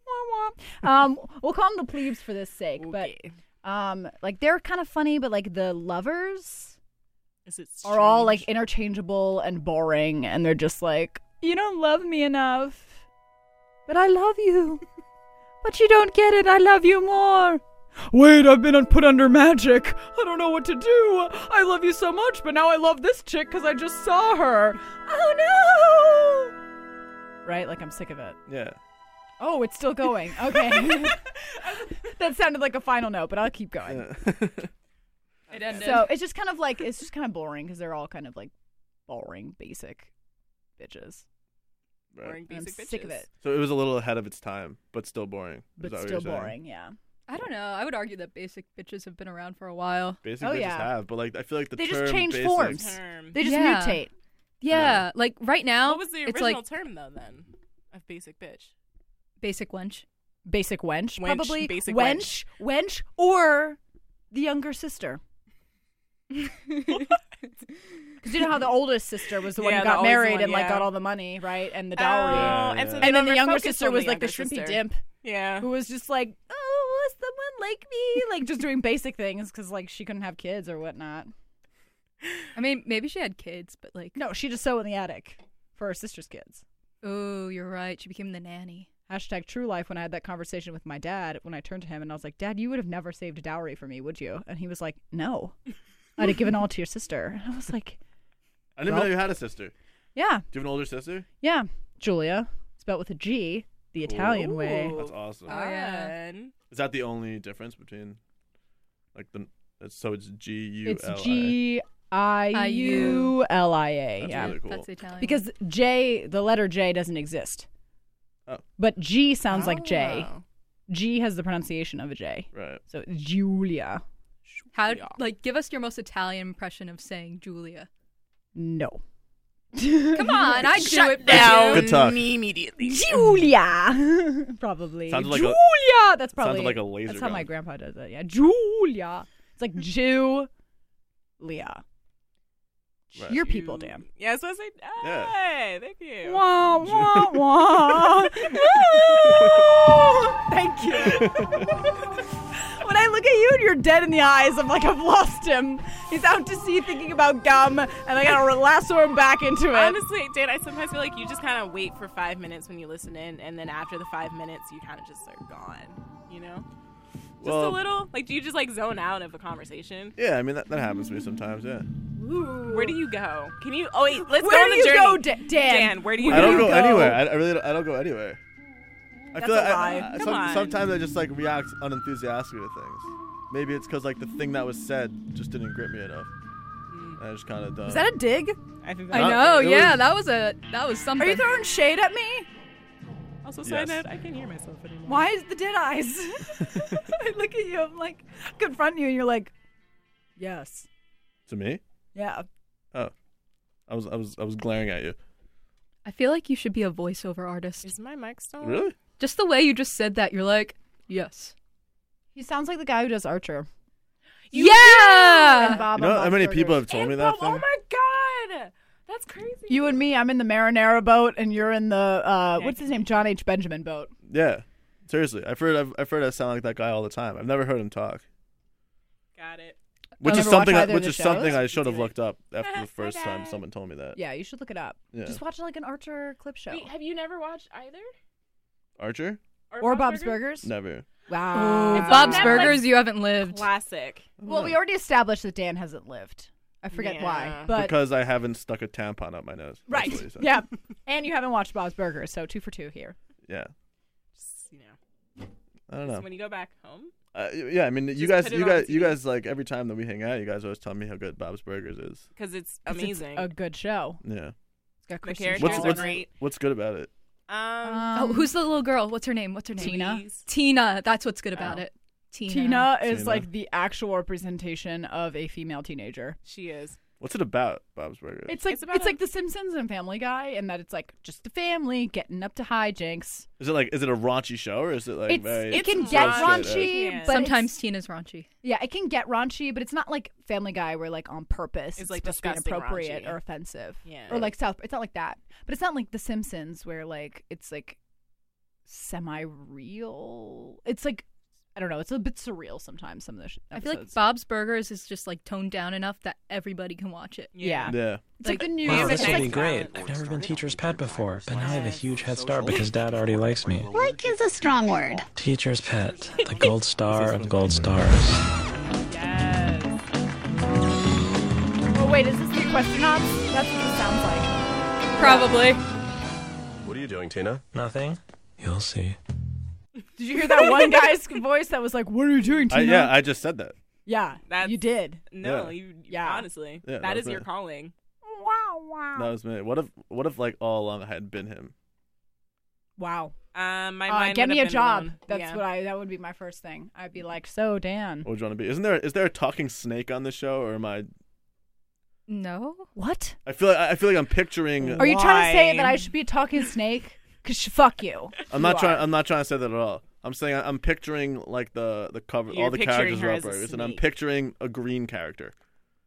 Speaker 1: Wah, wah. um, we'll call them the plebes for this sake.
Speaker 3: Okay.
Speaker 1: But um, like they're kind of funny, but like the lovers
Speaker 3: Is it
Speaker 1: are all like
Speaker 3: strange?
Speaker 1: interchangeable and boring, and they're just like, you don't love me enough, but I love you, but you don't get it. I love you more.
Speaker 5: Wait, I've been un- put under magic. I don't know what to do. I love you so much, but now I love this chick because I just saw her.
Speaker 1: Oh no! Right? Like I'm sick of it.
Speaker 2: Yeah.
Speaker 1: Oh, it's still going. Okay. that sounded like a final note, but I'll keep going.
Speaker 6: It ended.
Speaker 1: So it's just kind of like it's just kind of boring because they're all kind of like boring, basic bitches.
Speaker 2: right.
Speaker 3: Boring
Speaker 1: And I'm
Speaker 3: basic
Speaker 1: sick of
Speaker 3: bitches.
Speaker 1: it,
Speaker 2: So it was a little ahead of its time, but still boring. Is that
Speaker 1: but
Speaker 2: what
Speaker 1: still
Speaker 2: you're saying?
Speaker 1: boring. Yeah,
Speaker 6: I don't know. I would argue that basic bitches have been around for a while.
Speaker 2: Basic
Speaker 1: Oh,
Speaker 2: bitches
Speaker 1: yeah.
Speaker 2: have, but like I feel like the
Speaker 1: They just
Speaker 2: term
Speaker 1: change
Speaker 2: basic-
Speaker 1: forms.
Speaker 3: Term.
Speaker 1: they just
Speaker 6: Yeah.
Speaker 1: mutate.
Speaker 6: Yeah, like right now,
Speaker 3: What was the
Speaker 6: it's
Speaker 3: original
Speaker 6: like
Speaker 3: term though? Then of basic bitch.
Speaker 6: basic wench.
Speaker 1: Basic wench,
Speaker 3: Wench,
Speaker 1: probably
Speaker 3: basic
Speaker 1: wench, wench, or the younger sister. Because you know how the oldest sister was the one
Speaker 3: Yeah,
Speaker 1: who
Speaker 3: the
Speaker 1: got
Speaker 3: always the
Speaker 1: married
Speaker 3: one,
Speaker 1: and like
Speaker 3: yeah.
Speaker 1: got all the money, right, and the
Speaker 3: Oh,
Speaker 1: dowry.
Speaker 2: Yeah,
Speaker 3: and,
Speaker 2: yeah.
Speaker 3: so
Speaker 2: And
Speaker 3: they
Speaker 1: And then the
Speaker 3: never
Speaker 1: younger
Speaker 3: focused
Speaker 1: sister
Speaker 3: on
Speaker 1: was
Speaker 3: the
Speaker 1: like the
Speaker 3: younger
Speaker 1: shrimpy
Speaker 3: sister.
Speaker 1: dimp
Speaker 3: Yeah.
Speaker 1: who was just like, oh, is someone like me? Like just doing basic things because like she couldn't have kids or whatnot.
Speaker 6: I mean, maybe she had kids, but like,
Speaker 1: No, she just sewed in the attic for her sister's kids.
Speaker 6: oh, you're right. She became the nanny.
Speaker 1: Hashtag true life when I had that conversation with my dad when I turned to him and I was like, Dad, you would have never saved a dowry for me, would you? And he was like, No. I'd have given all to your sister. And I was like,
Speaker 2: I didn't
Speaker 1: Well-
Speaker 2: know you had a sister. Do
Speaker 1: Yeah,
Speaker 2: you have an older sister?
Speaker 1: yeah. Julia, spelled with a G, the Italian way.
Speaker 2: That's awesome.
Speaker 1: Uh,
Speaker 6: Oh, yeah.
Speaker 3: Fun.
Speaker 2: Is that the only difference between, like the? it's- So it's G U
Speaker 1: It's
Speaker 2: L I.
Speaker 1: G I U L I A.
Speaker 2: That's
Speaker 1: Yeah.
Speaker 2: really cool.
Speaker 6: That's Italian.
Speaker 1: Because J, the letter J doesn't exist.
Speaker 2: Oh.
Speaker 1: But G sounds like J.
Speaker 3: Oh.
Speaker 1: G has the pronunciation of a J.
Speaker 2: Right.
Speaker 1: So it's Julia.
Speaker 6: how?
Speaker 3: Yeah.
Speaker 6: Like, give us your most Italian impression of saying Julia.
Speaker 1: No.
Speaker 6: Come on, I do
Speaker 3: Shut
Speaker 6: it. for
Speaker 3: down
Speaker 6: you.
Speaker 2: Good talk.
Speaker 3: immediately.
Speaker 1: Julia. probably.
Speaker 2: Sounded like a-
Speaker 1: Julia. that's probably.
Speaker 2: like a laser
Speaker 1: That's how my
Speaker 2: gun.
Speaker 1: grandpa does it. Yeah. Julia. It's like Jew. Leah.
Speaker 2: Right.
Speaker 1: Your people, damn.
Speaker 3: Yeah, I was supposed to say.
Speaker 2: Yeah.
Speaker 3: Hey, thank you.
Speaker 1: Wah, wah, wah. Thank you. When I look at you and you're dead in the eyes, I'm like, I've lost him. He's out to sea thinking about gum, and I gotta lasso him back into it.
Speaker 3: Honestly, Dan, I sometimes feel like you just kind of wait for five minutes when you listen in, and then after the five minutes, you kind of just are gone. You know, just a
Speaker 2: Well-
Speaker 3: little. Like, do you just like zone out of a conversation?
Speaker 2: Yeah, I mean that, that happens to me sometimes. Yeah.
Speaker 3: Where do you go? Can you? Oh wait, let's
Speaker 1: Where
Speaker 3: go on
Speaker 1: do
Speaker 3: the
Speaker 1: you
Speaker 3: journey.
Speaker 1: go, Da- Dan?
Speaker 3: Dan, where do you
Speaker 2: I don't
Speaker 3: go?
Speaker 2: go, anywhere. I, I really don't, I don't go anywhere. I feel
Speaker 1: a
Speaker 2: like I-
Speaker 1: lie.
Speaker 2: I-
Speaker 3: Come
Speaker 2: some-
Speaker 3: on.
Speaker 2: sometimes I just like react unenthusiastically to things. Maybe it's because like the thing that was said just didn't grip me enough. And I just kind of done.
Speaker 1: Is that a dig?
Speaker 3: I think
Speaker 6: I
Speaker 2: Not-
Speaker 6: know.
Speaker 2: it was-
Speaker 6: Yeah, that was a that was
Speaker 1: Are
Speaker 6: something.
Speaker 1: you throwing shade at me?
Speaker 3: Also, side
Speaker 2: Yes.
Speaker 3: note, I can't hear myself anymore.
Speaker 1: Why is the dead eyes? I look at you, I'm like, confront you, and you're like, yes.
Speaker 2: to me?
Speaker 1: Yeah.
Speaker 2: Oh, I was I was I was glaring at you.
Speaker 6: I feel like you should be a voiceover artist.
Speaker 3: Is my mic still? on?
Speaker 2: Really?
Speaker 6: Just the way you just said that, you're like, yes.
Speaker 1: He sounds like the guy who does Archer.
Speaker 6: yeah.
Speaker 2: You know how many people have told me
Speaker 3: And
Speaker 2: that
Speaker 3: Bob- Oh
Speaker 2: thing?
Speaker 3: my god, that's crazy.
Speaker 1: You and me, I'm in the Marinara boat, and you're in the uh,
Speaker 3: Yeah,
Speaker 1: what's his name, John H. Benjamin boat.
Speaker 2: Yeah. Seriously, I've heard I've, I've heard I sound like that guy all the time. I've never heard him talk,
Speaker 3: got it.
Speaker 2: which is
Speaker 1: never watch
Speaker 2: something I,
Speaker 1: either of
Speaker 2: which
Speaker 1: the
Speaker 2: is something
Speaker 1: shows.
Speaker 2: I should have
Speaker 3: Do it.
Speaker 2: looked up after
Speaker 3: My
Speaker 2: the first time
Speaker 3: bad.
Speaker 2: someone told me that.
Speaker 1: Yeah, you should look it up.
Speaker 2: Yeah.
Speaker 1: Just watch like an Archer clip show
Speaker 3: Wait, have you never watched either?
Speaker 2: Archer?
Speaker 1: or Bob's Burgers.
Speaker 2: Never.
Speaker 1: Wow.
Speaker 3: It's
Speaker 6: Bob's
Speaker 3: on Netflix.
Speaker 6: Burgers, you haven't lived.
Speaker 3: Classic.
Speaker 1: Well, we already established that Dan hasn't lived. I forget why,
Speaker 3: Yeah.
Speaker 1: but
Speaker 2: because I haven't stuck a tampon up my nose. That's
Speaker 1: right,
Speaker 2: what he said.
Speaker 1: yeah. And you haven't watched Bob's Burgers, so two for two here.
Speaker 2: Yeah.
Speaker 3: Just, you know,
Speaker 2: I don't
Speaker 3: just
Speaker 2: know.
Speaker 3: when you go back home.
Speaker 2: Uh, yeah, I mean, you
Speaker 3: Just
Speaker 2: guys,
Speaker 3: put it
Speaker 2: you
Speaker 3: on
Speaker 2: guys, you
Speaker 3: TV.
Speaker 2: guys, like every time that we hang out, you guys always tell me how good Bob's Burgers is.
Speaker 3: because it's
Speaker 1: 'Cause it's
Speaker 3: amazing.
Speaker 1: a good show.
Speaker 2: Yeah.
Speaker 1: It's got
Speaker 3: the
Speaker 1: Kristen
Speaker 3: characters
Speaker 2: What's-
Speaker 1: Schaal.
Speaker 3: are
Speaker 2: what's-
Speaker 3: great.
Speaker 2: What's good about it?
Speaker 1: Uh,
Speaker 3: Um,
Speaker 6: oh, who's the little girl? What's her name? What's her name?
Speaker 1: Tina?
Speaker 3: Louise.
Speaker 6: Tina. That's what's good about
Speaker 3: Oh.
Speaker 6: it. Tina.
Speaker 1: Tina is
Speaker 2: Tina.
Speaker 1: like the actual representation of a female teenager.
Speaker 3: She is.
Speaker 2: What's it about, Bob's Burgers?
Speaker 1: It's like it's,
Speaker 3: It's about a-
Speaker 1: like The Simpsons and Family Guy, and that it's like just the family getting up to hijinks.
Speaker 2: is it like, is it a raunchy show or is it like
Speaker 1: it's
Speaker 2: very?
Speaker 1: it can
Speaker 3: It's
Speaker 1: get
Speaker 2: raunchy.
Speaker 1: raunchy,
Speaker 3: Yeah.
Speaker 1: but
Speaker 6: Sometimes
Speaker 1: it's-
Speaker 6: Tina's raunchy.
Speaker 1: yeah, it can get raunchy, but it's not like Family Guy where like on purpose
Speaker 3: It's, like,
Speaker 1: supposed to be
Speaker 3: disgusting
Speaker 1: inappropriate
Speaker 3: raunchy.
Speaker 1: or offensive,
Speaker 3: Yeah.
Speaker 1: or like South. It's not like that, but it's not like The Simpsons where like it's like semi real. It's like I don't know. It's a bit surreal sometimes. Some of the sh-
Speaker 6: I feel like
Speaker 1: episodes.
Speaker 6: Bob's Burgers is just like toned down enough that everybody can watch it.
Speaker 1: yeah.
Speaker 2: yeah.
Speaker 1: It's like,
Speaker 6: Like,
Speaker 1: the news.
Speaker 7: Wow,
Speaker 3: have
Speaker 7: this
Speaker 3: a
Speaker 7: will
Speaker 3: nice
Speaker 7: be great.
Speaker 3: balance.
Speaker 7: I've never been teacher's pet before, but now I have a huge head start because dad already likes me.
Speaker 8: Like is a strong word.
Speaker 7: Teacher's pet, the gold star of gold stars.
Speaker 3: Yes.
Speaker 1: Oh wait, is this the question Hops? That's what this sounds like.
Speaker 6: Probably.
Speaker 9: What are you doing, Tina?
Speaker 7: Nothing? You'll see.
Speaker 1: Did you hear that one guy's voice that was like, "What are you doing,
Speaker 2: I,
Speaker 1: Tina?"
Speaker 2: yeah, I just said that.
Speaker 1: yeah,
Speaker 3: That's-
Speaker 1: you did.
Speaker 3: No,
Speaker 2: Yeah.
Speaker 3: you.
Speaker 1: Yeah.
Speaker 3: Yeah. Honestly,
Speaker 2: Yeah, that
Speaker 3: that
Speaker 2: was
Speaker 3: is your
Speaker 2: it.
Speaker 3: calling.
Speaker 2: That was me. What if, what if like all along I had been him?
Speaker 1: Wow.
Speaker 3: Um, my
Speaker 1: Uh,
Speaker 3: mind
Speaker 1: get
Speaker 3: would
Speaker 1: me a
Speaker 3: have been
Speaker 1: job.
Speaker 3: alone.
Speaker 1: That's
Speaker 3: Yeah.
Speaker 1: what I. That would be my first thing. I'd be like, "So Dan,
Speaker 2: What would you want to be? Isn't there, is there a talking snake on the show or am I?
Speaker 6: No.
Speaker 1: what?
Speaker 2: I feel like, I feel like I'm picturing.
Speaker 1: Are you trying to say that I
Speaker 3: Why?
Speaker 1: should be a talking snake? Cause sh- fuck you.
Speaker 2: I'm not
Speaker 1: You
Speaker 2: trying.
Speaker 1: are.
Speaker 2: I'm not trying to say that at all. I'm saying I- I'm picturing like the the cover, all
Speaker 3: You're
Speaker 2: the
Speaker 3: picturing
Speaker 2: characters
Speaker 3: her
Speaker 2: are
Speaker 3: as a
Speaker 2: burgers, and I'm
Speaker 3: snake.
Speaker 2: picturing a green character.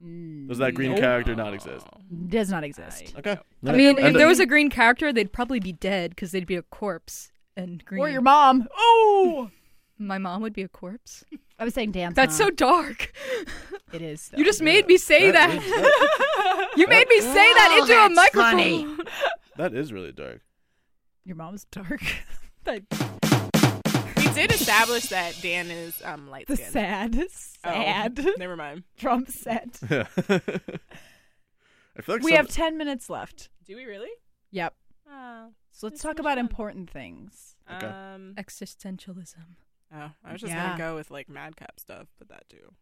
Speaker 1: Mm,
Speaker 2: Does that green character not exist?
Speaker 1: does not exist.
Speaker 2: Okay.
Speaker 6: I mean, if
Speaker 2: And-
Speaker 6: there was a green character, they'd probably be dead because they'd be a corpse. And green.
Speaker 1: Or your mom. Oh,
Speaker 6: My mom would be a corpse.
Speaker 1: I was saying Dan.
Speaker 6: That's so dark.
Speaker 1: It is.
Speaker 6: You just made me say
Speaker 2: that
Speaker 6: that.
Speaker 2: is- that-
Speaker 6: You made me say that
Speaker 8: Oh,
Speaker 6: into a
Speaker 8: that's
Speaker 6: microphone.
Speaker 8: funny.
Speaker 2: that is really dark.
Speaker 1: Your mom's dark.
Speaker 3: We did establish that Dan is um light
Speaker 1: the
Speaker 3: skinned.
Speaker 1: sad,
Speaker 3: Oh,
Speaker 1: sad
Speaker 3: never mind.
Speaker 1: Trump set.
Speaker 2: I feel like
Speaker 1: We
Speaker 2: some-
Speaker 1: have ten minutes left.
Speaker 3: Do we really?
Speaker 1: Yep.
Speaker 3: Oh.
Speaker 1: So let's
Speaker 3: That's so
Speaker 1: talk
Speaker 3: much
Speaker 1: about
Speaker 3: fun.
Speaker 1: important things.
Speaker 2: Okay.
Speaker 3: Um.
Speaker 6: Existentialism.
Speaker 3: Oh, I was just
Speaker 1: Yeah.
Speaker 3: gonna go with like madcap stuff, but that too.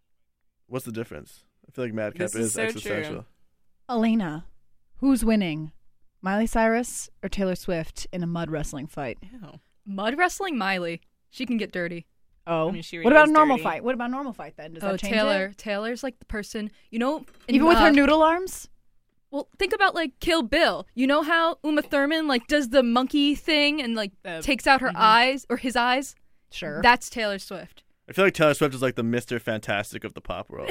Speaker 2: What's the difference? I feel like Madcap
Speaker 3: This
Speaker 2: is,
Speaker 3: is so true.
Speaker 2: existential.
Speaker 1: Elena, who's winning, Miley Cyrus or Taylor Swift in a mud wrestling fight?
Speaker 3: Ew.
Speaker 6: Mud wrestling Miley. She can get dirty.
Speaker 1: Oh,
Speaker 3: I mean, she
Speaker 1: what about
Speaker 3: is
Speaker 1: a normal
Speaker 3: dirty.
Speaker 1: fight? What about a normal fight then? Does
Speaker 6: oh,
Speaker 1: that change
Speaker 6: Taylor.
Speaker 1: it?
Speaker 6: Taylor's like the person, you know. in,
Speaker 1: Even with
Speaker 6: uh,
Speaker 1: her noodle arms?
Speaker 6: Well, think about like Kill Bill. You know how Uma Thurman like does the monkey thing and like
Speaker 3: The-
Speaker 6: takes out her eyes or his eyes?
Speaker 1: Sure. That's
Speaker 6: That's Taylor Swift.
Speaker 2: I feel like Taylor Swift is like the Mister Fantastic of the pop world.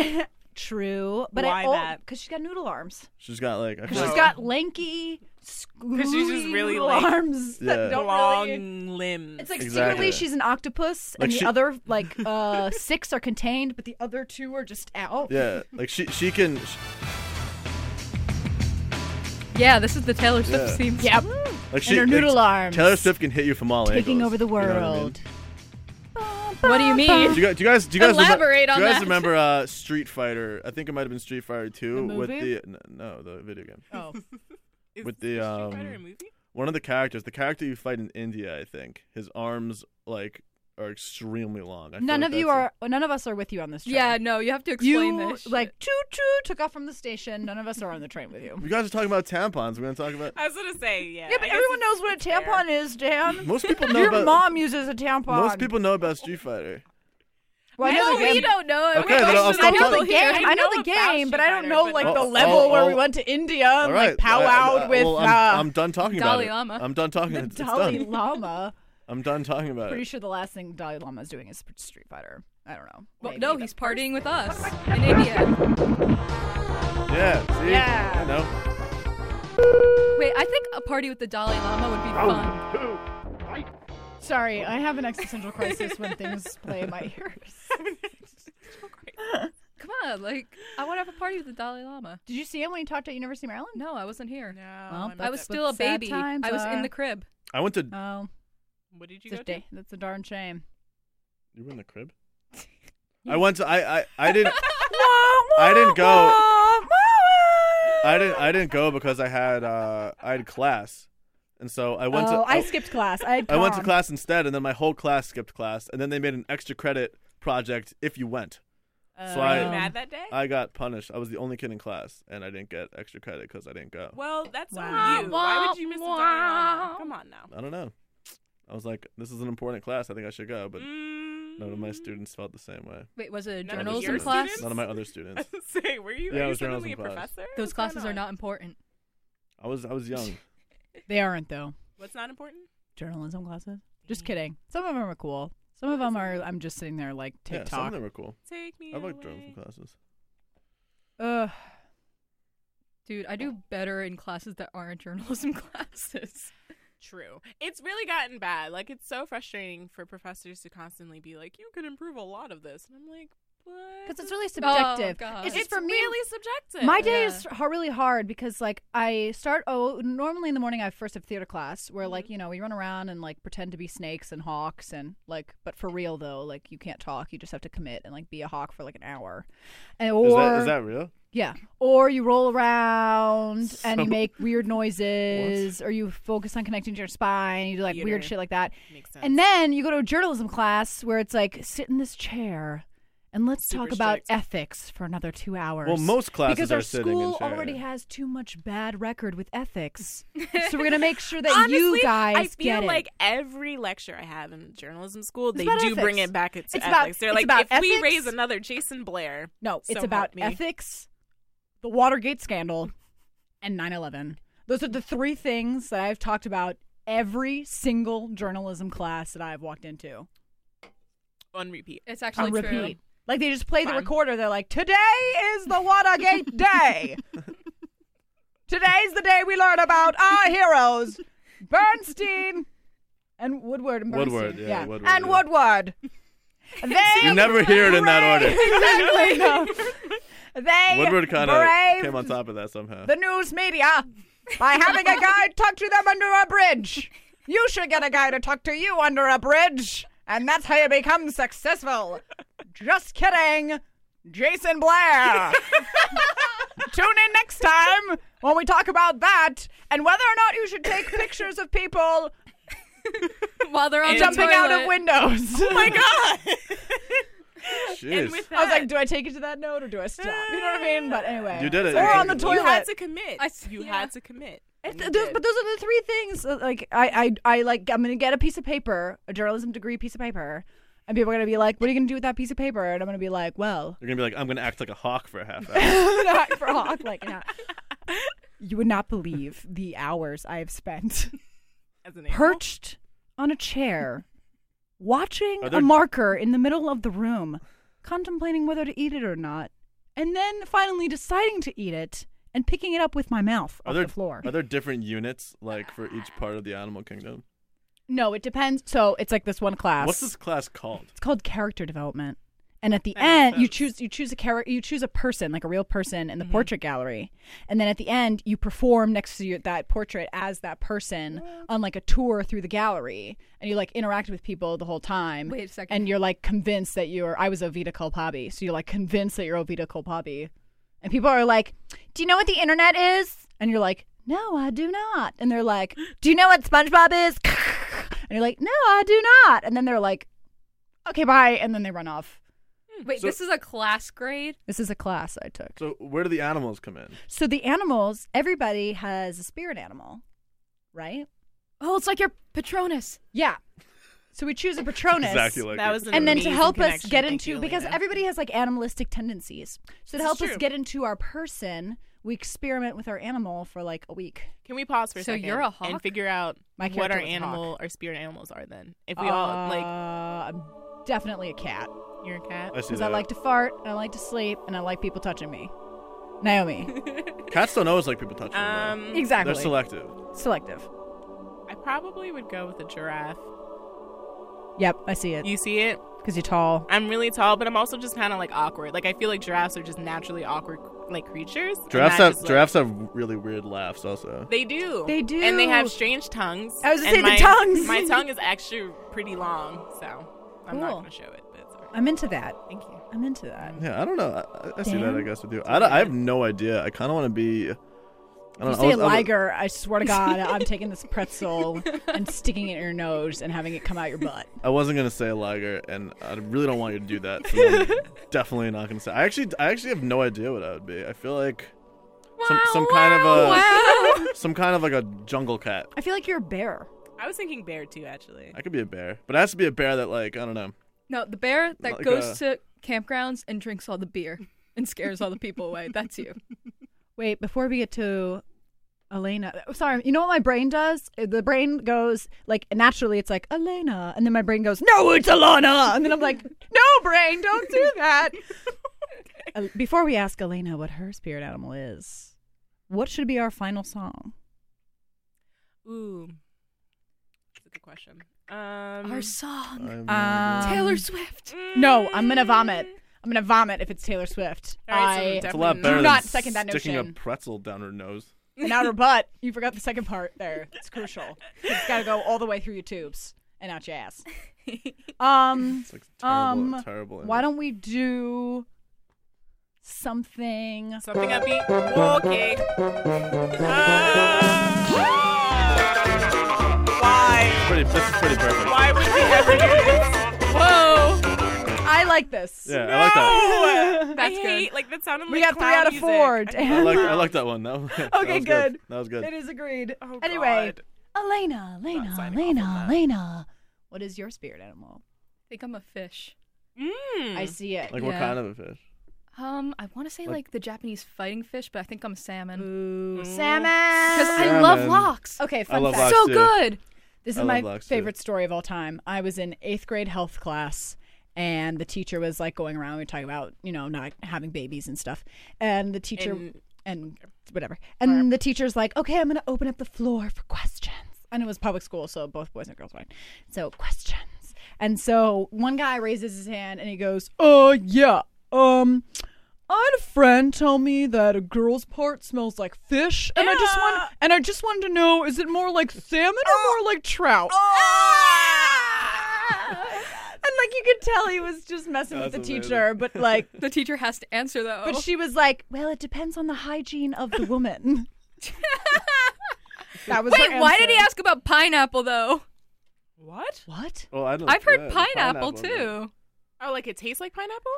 Speaker 1: true, but
Speaker 3: Why that? Oh.
Speaker 1: Because she's got noodle arms.
Speaker 2: She's got like. I
Speaker 1: Because
Speaker 2: feel
Speaker 1: she's
Speaker 2: like-
Speaker 1: got lanky, screwy
Speaker 3: she's just really,
Speaker 1: noodle
Speaker 3: like-
Speaker 1: arms
Speaker 2: Yeah.
Speaker 1: that don't
Speaker 3: Long
Speaker 1: really.
Speaker 3: limbs.
Speaker 1: It's like
Speaker 2: Exactly.
Speaker 1: secretly she's an octopus,
Speaker 2: Like
Speaker 1: and the
Speaker 2: she-
Speaker 1: other like uh six are contained, but the other two are just out.
Speaker 2: yeah, like she she can. She,
Speaker 6: Yeah, this is the Taylor Swift
Speaker 2: Yeah.
Speaker 6: theme.
Speaker 1: Yep.
Speaker 2: like she
Speaker 1: and her
Speaker 2: like,
Speaker 1: noodle arms.
Speaker 2: Taylor Swift can hit you from all
Speaker 1: taking
Speaker 2: angles,
Speaker 1: over the
Speaker 2: you know what I mean?
Speaker 1: world.
Speaker 6: What do you mean?
Speaker 2: Do you guys? Do you guys? Do you guys remem-
Speaker 6: Elaborate on
Speaker 2: do you guys
Speaker 6: that.
Speaker 2: remember uh, Street Fighter? I think it might have been Street Fighter Two
Speaker 1: The
Speaker 2: with
Speaker 1: movie?
Speaker 2: the n- no the video game.
Speaker 1: Oh,
Speaker 3: Is
Speaker 2: with the,
Speaker 3: Street Fighter a
Speaker 2: um,
Speaker 3: movie?
Speaker 2: One of the characters, the character you fight in India, I think his arms like are extremely long. I feel
Speaker 1: none
Speaker 2: like
Speaker 1: of you
Speaker 2: that's
Speaker 1: are. none of us are with you on this. Train.
Speaker 6: Yeah, no, you have to explain
Speaker 1: you
Speaker 6: this. shit.
Speaker 1: like choo choo took off from the station. None of us are on the train with
Speaker 2: a-
Speaker 1: you.
Speaker 2: You guys are talking about tampons. We're gonna talk about.
Speaker 3: I was gonna say yeah.
Speaker 1: Yeah, but everyone knows what a tampon is, Dan.
Speaker 2: Most people know
Speaker 1: Your
Speaker 2: about.
Speaker 1: mom uses a tampon.
Speaker 2: most people know about Street Fighter.
Speaker 1: Well, I know the
Speaker 6: no, we
Speaker 1: game.
Speaker 6: don't know. it.
Speaker 2: Okay, uh,
Speaker 6: We
Speaker 2: then
Speaker 6: don't
Speaker 2: I'll
Speaker 6: know
Speaker 2: stop
Speaker 1: I know
Speaker 6: people
Speaker 1: the
Speaker 2: talking.
Speaker 6: here.
Speaker 1: game. I know the
Speaker 3: about
Speaker 1: game,
Speaker 3: Street
Speaker 1: but I don't
Speaker 3: Fighter,
Speaker 1: know
Speaker 3: but
Speaker 1: like
Speaker 2: not-
Speaker 1: the
Speaker 2: Oh,
Speaker 1: level
Speaker 2: oh,
Speaker 1: where we
Speaker 2: oh.
Speaker 1: went to India and
Speaker 2: All
Speaker 1: like
Speaker 2: right,
Speaker 1: powwowed
Speaker 2: I- I- I-
Speaker 1: with
Speaker 2: well, I'm,
Speaker 1: uh,
Speaker 2: I'm done talking
Speaker 6: Dalai
Speaker 2: about it.
Speaker 6: Lama.
Speaker 2: I'm done talking.
Speaker 1: the
Speaker 2: It's, it's
Speaker 1: Dalai
Speaker 2: done.
Speaker 1: Lama.
Speaker 2: I'm done talking about
Speaker 1: Pretty
Speaker 2: it.
Speaker 1: sure the last thing Dalai Lama is doing is Street Fighter. I don't know.
Speaker 6: Well,
Speaker 1: Maybe.
Speaker 6: no, he's partying with us in India.
Speaker 2: Yeah. See?
Speaker 1: Yeah.
Speaker 2: I know.
Speaker 6: Wait, I think a party with the Dalai Lama would be
Speaker 2: Oh.
Speaker 6: fun.
Speaker 1: Sorry, I have an existential crisis when things play in my ears.
Speaker 6: Come on, like I want to have a party with the Dalai Lama.
Speaker 1: Did you see him when he talked at University of Maryland?
Speaker 6: No, I wasn't here.
Speaker 3: No,
Speaker 1: Well,
Speaker 3: I
Speaker 1: but that's
Speaker 3: messed
Speaker 6: I was uh,
Speaker 3: up.
Speaker 1: what
Speaker 6: still a
Speaker 1: sad
Speaker 6: baby.
Speaker 1: times
Speaker 6: I was in
Speaker 1: are.
Speaker 6: the crib.
Speaker 2: I went to
Speaker 1: Oh,
Speaker 3: What did you
Speaker 1: it's
Speaker 3: go
Speaker 1: a
Speaker 3: to?
Speaker 1: da- that's a darn shame.
Speaker 2: You were in the crib. I went to. I. I. I didn't. I didn't go. I didn't. I didn't go because I had. Uh, I had class, and so I went
Speaker 1: oh,
Speaker 2: to.
Speaker 1: I skipped class. I, had
Speaker 2: I went to
Speaker 1: prom.
Speaker 2: class instead, and then my whole class skipped class, and then they made an extra credit project if you went.
Speaker 1: Uh,
Speaker 2: so
Speaker 3: Were you
Speaker 1: um,
Speaker 2: I,
Speaker 3: mad that day?
Speaker 2: I got punished. I was the only kid in class, and I didn't get extra credit because I didn't go.
Speaker 3: well, that's
Speaker 1: Wow.
Speaker 3: on you. Why would you miss the diorama? Come on now.
Speaker 2: I don't know. I was like, this is an important class. I think I should go, but
Speaker 3: Mm.
Speaker 2: none
Speaker 1: Mm-hmm.
Speaker 2: of my students felt the same way.
Speaker 6: Wait, was it a
Speaker 3: None of
Speaker 6: journalism
Speaker 3: your
Speaker 6: class?
Speaker 3: students?
Speaker 2: None of my other students.
Speaker 3: Say, were you?
Speaker 2: Yeah,
Speaker 3: are
Speaker 2: it
Speaker 3: you
Speaker 2: was
Speaker 3: suddenly
Speaker 2: journalism
Speaker 3: a
Speaker 2: class.
Speaker 3: professor?
Speaker 6: Those
Speaker 3: What's
Speaker 6: classes
Speaker 3: going
Speaker 6: are
Speaker 3: on?
Speaker 6: not important.
Speaker 2: I was I was young.
Speaker 1: They aren't though.
Speaker 3: What's not important?
Speaker 1: Journalism classes. Just kidding. Some of them are cool. Some of them are. I'm just sitting there like
Speaker 2: yeah, some of
Speaker 1: TikTok.
Speaker 2: them were cool.
Speaker 3: Take me.
Speaker 2: I liked
Speaker 3: away.
Speaker 2: journalism classes.
Speaker 1: Ugh.
Speaker 6: Dude, I do better in classes that aren't journalism classes.
Speaker 3: True. It's really gotten bad. Like it's so frustrating for professors to constantly be like, "You can improve a lot of this," and I'm like, "What?"
Speaker 1: because it's really
Speaker 6: Oh,
Speaker 1: subjective.
Speaker 6: God.
Speaker 1: it's
Speaker 3: It's,
Speaker 1: just for me.
Speaker 3: really subjective.
Speaker 1: My day
Speaker 6: Yeah.
Speaker 1: is h- really hard because like I start oh normally in the morning I first have theater class where
Speaker 3: Mm-hmm.
Speaker 1: like you know we run around and like pretend to be snakes and hawks and like but for real though like you can't talk you just have to commit and like be a hawk for like an hour, and or
Speaker 2: Is that, is that real?
Speaker 1: yeah or you roll around and
Speaker 2: So-
Speaker 1: you make weird noises or you focus on connecting to your spine you do like weird
Speaker 3: Theater.
Speaker 1: shit like that
Speaker 3: Makes sense.
Speaker 1: and then you go to a journalism class where it's like sit in this chair and let's talk
Speaker 3: Super
Speaker 1: about
Speaker 3: strict.
Speaker 1: ethics for another two hours.
Speaker 2: Well, most classes
Speaker 1: because our
Speaker 2: are sitting in
Speaker 1: school
Speaker 2: chair.
Speaker 1: already has too much bad record with ethics, so we're gonna make sure that
Speaker 3: Honestly,
Speaker 1: you guys
Speaker 3: I feel
Speaker 1: get
Speaker 3: like
Speaker 1: it.
Speaker 3: every lecture I have in journalism school,
Speaker 1: It's
Speaker 3: they do
Speaker 1: about
Speaker 3: bring
Speaker 1: ethics.
Speaker 3: it back to
Speaker 1: It's
Speaker 3: ethics.
Speaker 1: about-
Speaker 3: They're
Speaker 1: it's
Speaker 3: like,
Speaker 1: about
Speaker 3: if we
Speaker 1: ethics.
Speaker 3: raise another Jason Blair,
Speaker 1: No, it's
Speaker 3: so
Speaker 1: about
Speaker 3: help me.
Speaker 1: ethics, the Watergate scandal, and 9/11. Those are the three things that I've talked about every single journalism class that I've walked into
Speaker 3: on repeat.
Speaker 6: It's actually
Speaker 1: on
Speaker 6: true.
Speaker 1: repeat. Like they just play the
Speaker 3: Fun.
Speaker 1: recorder. They're like, "Today is the Watergate day. Today's the day we learn about our heroes, Bernstein and Woodward and Bernstein.
Speaker 2: Woodward, yeah, Woodward,
Speaker 1: and
Speaker 2: yeah.
Speaker 1: Woodward. They
Speaker 2: You never hear it in that order.
Speaker 1: exactly. no. They
Speaker 2: Woodward kind of
Speaker 1: braved
Speaker 2: came on top of that somehow.
Speaker 1: the news media by having a guy talk to them under a bridge. You should get a guy to talk to you under a bridge, and that's how you become successful. Just kidding. Jason Blair. Tune in next time when we talk about that and whether or not you should take pictures of people
Speaker 6: While they're on the
Speaker 1: jumping out of
Speaker 6: toilet.
Speaker 1: windows. Oh my god.
Speaker 2: Jeez.
Speaker 3: with
Speaker 1: I was like, do I take it to that note or do I stop? You know what I mean? But anyway.
Speaker 2: You did it.
Speaker 1: Or
Speaker 2: You
Speaker 1: on the
Speaker 2: took
Speaker 3: you had
Speaker 1: toilet.
Speaker 3: to commit.
Speaker 6: I s-
Speaker 3: you
Speaker 6: yeah.
Speaker 3: had to commit.
Speaker 1: It's,
Speaker 3: And you
Speaker 1: those,
Speaker 3: did.
Speaker 1: but those are the three things. uh, Like I, I, I like I'm gonna get a piece of paper, a journalism degree piece of paper, and people are gonna be like, "What are you gonna do with that piece of paper?" And I'm gonna be like, "Well,
Speaker 2: You're gonna be like, I'm gonna act like a hawk for a half hour.
Speaker 1: not for hawk, like yeah. you would not believe the hours I have spent
Speaker 3: as an animal.
Speaker 1: perched on a chair, watching
Speaker 2: Are
Speaker 1: a
Speaker 2: there-
Speaker 1: marker in the middle of the room, contemplating whether to eat it or not, and then finally deciding to eat it and picking it up with my mouth
Speaker 2: Are
Speaker 1: off
Speaker 2: there
Speaker 1: the floor.
Speaker 2: are there different units like for each part of the animal kingdom?
Speaker 1: No, it depends. So it's like this one class.
Speaker 2: What's this class called?
Speaker 1: It's called character development. And at the
Speaker 3: That
Speaker 1: end,
Speaker 3: makes
Speaker 1: you
Speaker 3: sense.
Speaker 1: choose you choose a character, you choose a person, like a real person,
Speaker 6: Mm-hmm.
Speaker 1: in the portrait gallery. And then at the end, you perform next to your, that portrait as that person on like a tour through the gallery, and you like interact with people the whole time.
Speaker 6: Wait a second.
Speaker 1: And you're like convinced that you're. I was Ovita Kolpabi, so you're like convinced that you're Ovita Kolpabi, and people are like, "Do you know what the internet is?" And you're like, "No, I do not." And they're like, "Do you know what SpongeBob is?" And you're like, "No, I do not." And then they're like, "Okay, bye," and then they run off.
Speaker 6: Wait,
Speaker 2: So-
Speaker 6: this is a class grade?
Speaker 1: This is a class I took.
Speaker 2: So where do the animals come in?
Speaker 1: So the animals, everybody has a spirit animal, right?
Speaker 6: Oh, it's like your Patronus.
Speaker 1: Yeah. So we choose a Patronus.
Speaker 2: Exactly like
Speaker 3: That
Speaker 2: it.
Speaker 3: was an
Speaker 1: and then to
Speaker 3: amazing
Speaker 1: help us
Speaker 3: connection.
Speaker 1: get
Speaker 3: Thank
Speaker 1: into
Speaker 3: you,
Speaker 1: because
Speaker 3: Elena.
Speaker 1: everybody has like animalistic tendencies. So to
Speaker 3: This
Speaker 1: help
Speaker 3: is
Speaker 1: us
Speaker 3: true.
Speaker 1: get into our person, we experiment with our animal for like a week.
Speaker 3: Can we pause for a
Speaker 6: So
Speaker 3: second?
Speaker 6: you're a
Speaker 3: and
Speaker 6: hawk?
Speaker 3: figure out
Speaker 1: My
Speaker 3: what our
Speaker 1: character was a
Speaker 3: animal, our spirit animals are. Then, if we
Speaker 1: uh,
Speaker 3: all like,
Speaker 1: I'm definitely a cat
Speaker 3: you're a cat.
Speaker 2: I see
Speaker 1: because I
Speaker 2: that.
Speaker 1: like to fart and I like to sleep and I like people touching me. Naomi,
Speaker 2: Cats don't always like people touching them.
Speaker 3: Um,
Speaker 2: though.
Speaker 1: exactly.
Speaker 2: They're selective.
Speaker 1: Selective.
Speaker 3: I probably would go with a giraffe.
Speaker 1: Yep, I see it
Speaker 3: You see it?
Speaker 1: because you're tall.
Speaker 3: I'm really tall, but I'm also just kind of like awkward. Like I feel like giraffes are just naturally awkward like creatures. and
Speaker 2: Giraffes
Speaker 3: that
Speaker 2: have
Speaker 3: just, like-
Speaker 2: giraffes have really weird laughs also.
Speaker 3: They do.
Speaker 1: They do.
Speaker 3: And they have strange tongues.
Speaker 1: I was gonna
Speaker 3: And
Speaker 1: say the
Speaker 3: my-
Speaker 1: tongues.
Speaker 3: My tongue is actually pretty long, so I'm not
Speaker 6: Cool.
Speaker 3: gonna show it.
Speaker 1: I'm into that.
Speaker 3: Thank you.
Speaker 1: I'm into that.
Speaker 2: Yeah, I don't know. I, I- I see that. I
Speaker 1: Damn.
Speaker 2: guess with you, I, don't- I have no idea. I kind of want to be. I
Speaker 1: You
Speaker 2: don't know. I
Speaker 1: say
Speaker 2: was- I was-
Speaker 1: Liger, I swear to God, I'm taking this pretzel and sticking it in your nose and having it come out your butt.
Speaker 2: I wasn't gonna say Liger, and I really don't want you to do that. So I'm definitely not gonna say. I actually, I actually have no idea what I would be. I feel like some some kind of a some kind of like a jungle cat.
Speaker 1: I feel like you're a bear.
Speaker 3: I was thinking bear too, actually.
Speaker 2: I could be a bear, but it has to be a bear that like I don't know.
Speaker 6: No, the bear that
Speaker 2: Like
Speaker 6: goes
Speaker 2: a-
Speaker 6: to campgrounds and drinks all the beer and scares all the people away. That's you.
Speaker 1: Wait, before we get to Elena, oh, sorry, you know what my brain does? The brain goes like naturally, it's like Elena, and then my brain goes, no, it's Alana, and then I'm like, no, brain, don't do that. Uh, Before we ask Elena what her spirit animal is, what should be our final song?
Speaker 3: Ooh, that's a good question. Um,
Speaker 6: Our song.
Speaker 2: I'm-
Speaker 6: Taylor Swift.
Speaker 1: No, I'm gonna vomit. I'm gonna vomit if it's Taylor Swift.
Speaker 3: All right, so
Speaker 1: I
Speaker 2: it's a lot better
Speaker 3: Definitely
Speaker 1: do
Speaker 2: than
Speaker 1: not second that
Speaker 2: sticking
Speaker 1: notion.
Speaker 2: a pretzel down her nose.
Speaker 1: an outer butt. You forgot the second part there. It's crucial. It's got to go all the way through your tubes and out your ass. Um,
Speaker 2: It's like terrible,
Speaker 1: Um,
Speaker 2: terrible.
Speaker 1: why
Speaker 2: image.
Speaker 1: don't we do something?
Speaker 3: something upbeat. Okay. Ah. why?
Speaker 2: Pretty, this is pretty perfect.
Speaker 3: Why would we ever do this? Whoa!
Speaker 1: I like this.
Speaker 2: Yeah, I like that.
Speaker 3: I
Speaker 6: That's
Speaker 3: hate like that sounded like
Speaker 1: We got three
Speaker 3: clown
Speaker 1: out of
Speaker 3: music.
Speaker 1: four.
Speaker 3: I-
Speaker 1: Damn.
Speaker 2: I like, I like that one. That, okay, that
Speaker 1: Okay,
Speaker 2: was
Speaker 1: good.
Speaker 2: That was good.
Speaker 1: It is agreed.
Speaker 3: Oh,
Speaker 1: anyway,
Speaker 3: God.
Speaker 1: Elena,
Speaker 3: Not
Speaker 1: Elena,
Speaker 3: signing off
Speaker 1: Elena,
Speaker 3: on that.
Speaker 1: Elena. What is your spirit animal?
Speaker 6: I think I'm a fish.
Speaker 3: Mm.
Speaker 1: I see it.
Speaker 2: Like what
Speaker 6: Yeah.
Speaker 2: kind of a fish?
Speaker 6: Um, I want to say
Speaker 2: Like-
Speaker 6: like, the Japanese fighting fish, but I think I'm salmon
Speaker 3: Mm.
Speaker 1: Ooh,
Speaker 6: because
Speaker 1: salmon.
Speaker 6: I love
Speaker 2: Salmon.
Speaker 6: lox.
Speaker 1: Okay,
Speaker 2: I
Speaker 1: fun
Speaker 2: love
Speaker 1: fact.
Speaker 2: lox.
Speaker 6: so
Speaker 2: too.
Speaker 6: good.
Speaker 1: This
Speaker 2: I
Speaker 1: is
Speaker 2: love
Speaker 1: my
Speaker 2: lox, too.
Speaker 1: favorite story of all time. I was in eighth grade health class, and the teacher was like going around. We were talking about you know not having babies and stuff, and the teacher and,
Speaker 3: And-
Speaker 1: whatever. And the teacher's like, "Okay, I'm going to open up the floor for questions." And it was public school, so both boys and girls were in. So questions. And so one guy raises his hand and he goes, "Oh yeah, um." I had a friend tell me that a girl's part smells like fish, and I just want and I just wanted to know: is it more like salmon or more like trout? Oh. Ah! and like you could tell, he was just messing with the
Speaker 2: That's amazing.
Speaker 1: teacher, but like,
Speaker 6: The teacher has to answer though.
Speaker 1: but she was like, "Well, it depends on the hygiene of the woman." that was her
Speaker 6: Wait, why did he
Speaker 1: answer.
Speaker 6: ask about pineapple though?
Speaker 3: what?
Speaker 1: What?
Speaker 2: Oh, I don't.
Speaker 6: I've heard
Speaker 2: yeah,
Speaker 6: pineapple,
Speaker 2: but-
Speaker 6: too.
Speaker 3: Oh, like it tastes like pineapple?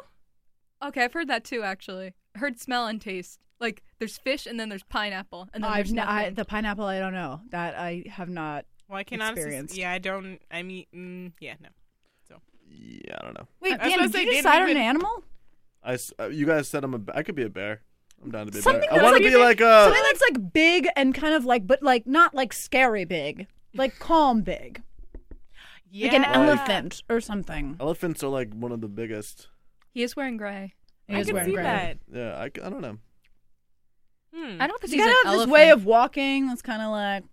Speaker 6: Okay, I've heard that too actually. I heard smell and taste. Like there's fish and then there's pineapple and then
Speaker 1: I've
Speaker 6: there's
Speaker 1: n- I,
Speaker 6: nothing.
Speaker 1: the pineapple. I don't know that I have not.
Speaker 3: Well, I can honestly. s-
Speaker 1: Experienced.
Speaker 3: Yeah, I don't. I mean, mm, yeah, no.
Speaker 2: Yeah, I don't know.
Speaker 1: Wait,
Speaker 3: was
Speaker 1: Dan,
Speaker 3: gonna
Speaker 1: did
Speaker 3: say,
Speaker 1: you
Speaker 3: Dan,
Speaker 1: decide
Speaker 3: you
Speaker 1: on an
Speaker 3: could-
Speaker 1: animal?
Speaker 2: I s- uh, you guys said I'm a. b- I could be a bear. I'm down to be a
Speaker 1: Something
Speaker 2: bear. I
Speaker 1: that's
Speaker 2: want to
Speaker 1: like-
Speaker 2: be like uh, a.
Speaker 1: Something that's like big and kind of like, but like not like scary big, like calm big,
Speaker 3: Yeah.
Speaker 1: like an
Speaker 2: Like- Oh,
Speaker 1: elephant or something.
Speaker 2: Elephants are like one of the biggest.
Speaker 6: he is wearing gray.
Speaker 1: He
Speaker 3: I
Speaker 1: was
Speaker 3: can
Speaker 1: wearing
Speaker 3: see
Speaker 1: gray.
Speaker 3: that.
Speaker 2: Yeah, I, c- I don't know.
Speaker 3: Hmm.
Speaker 6: I don't think
Speaker 1: you
Speaker 6: he's
Speaker 1: gotta
Speaker 6: an
Speaker 1: have
Speaker 6: elephant.
Speaker 1: this way of walking that's kind of like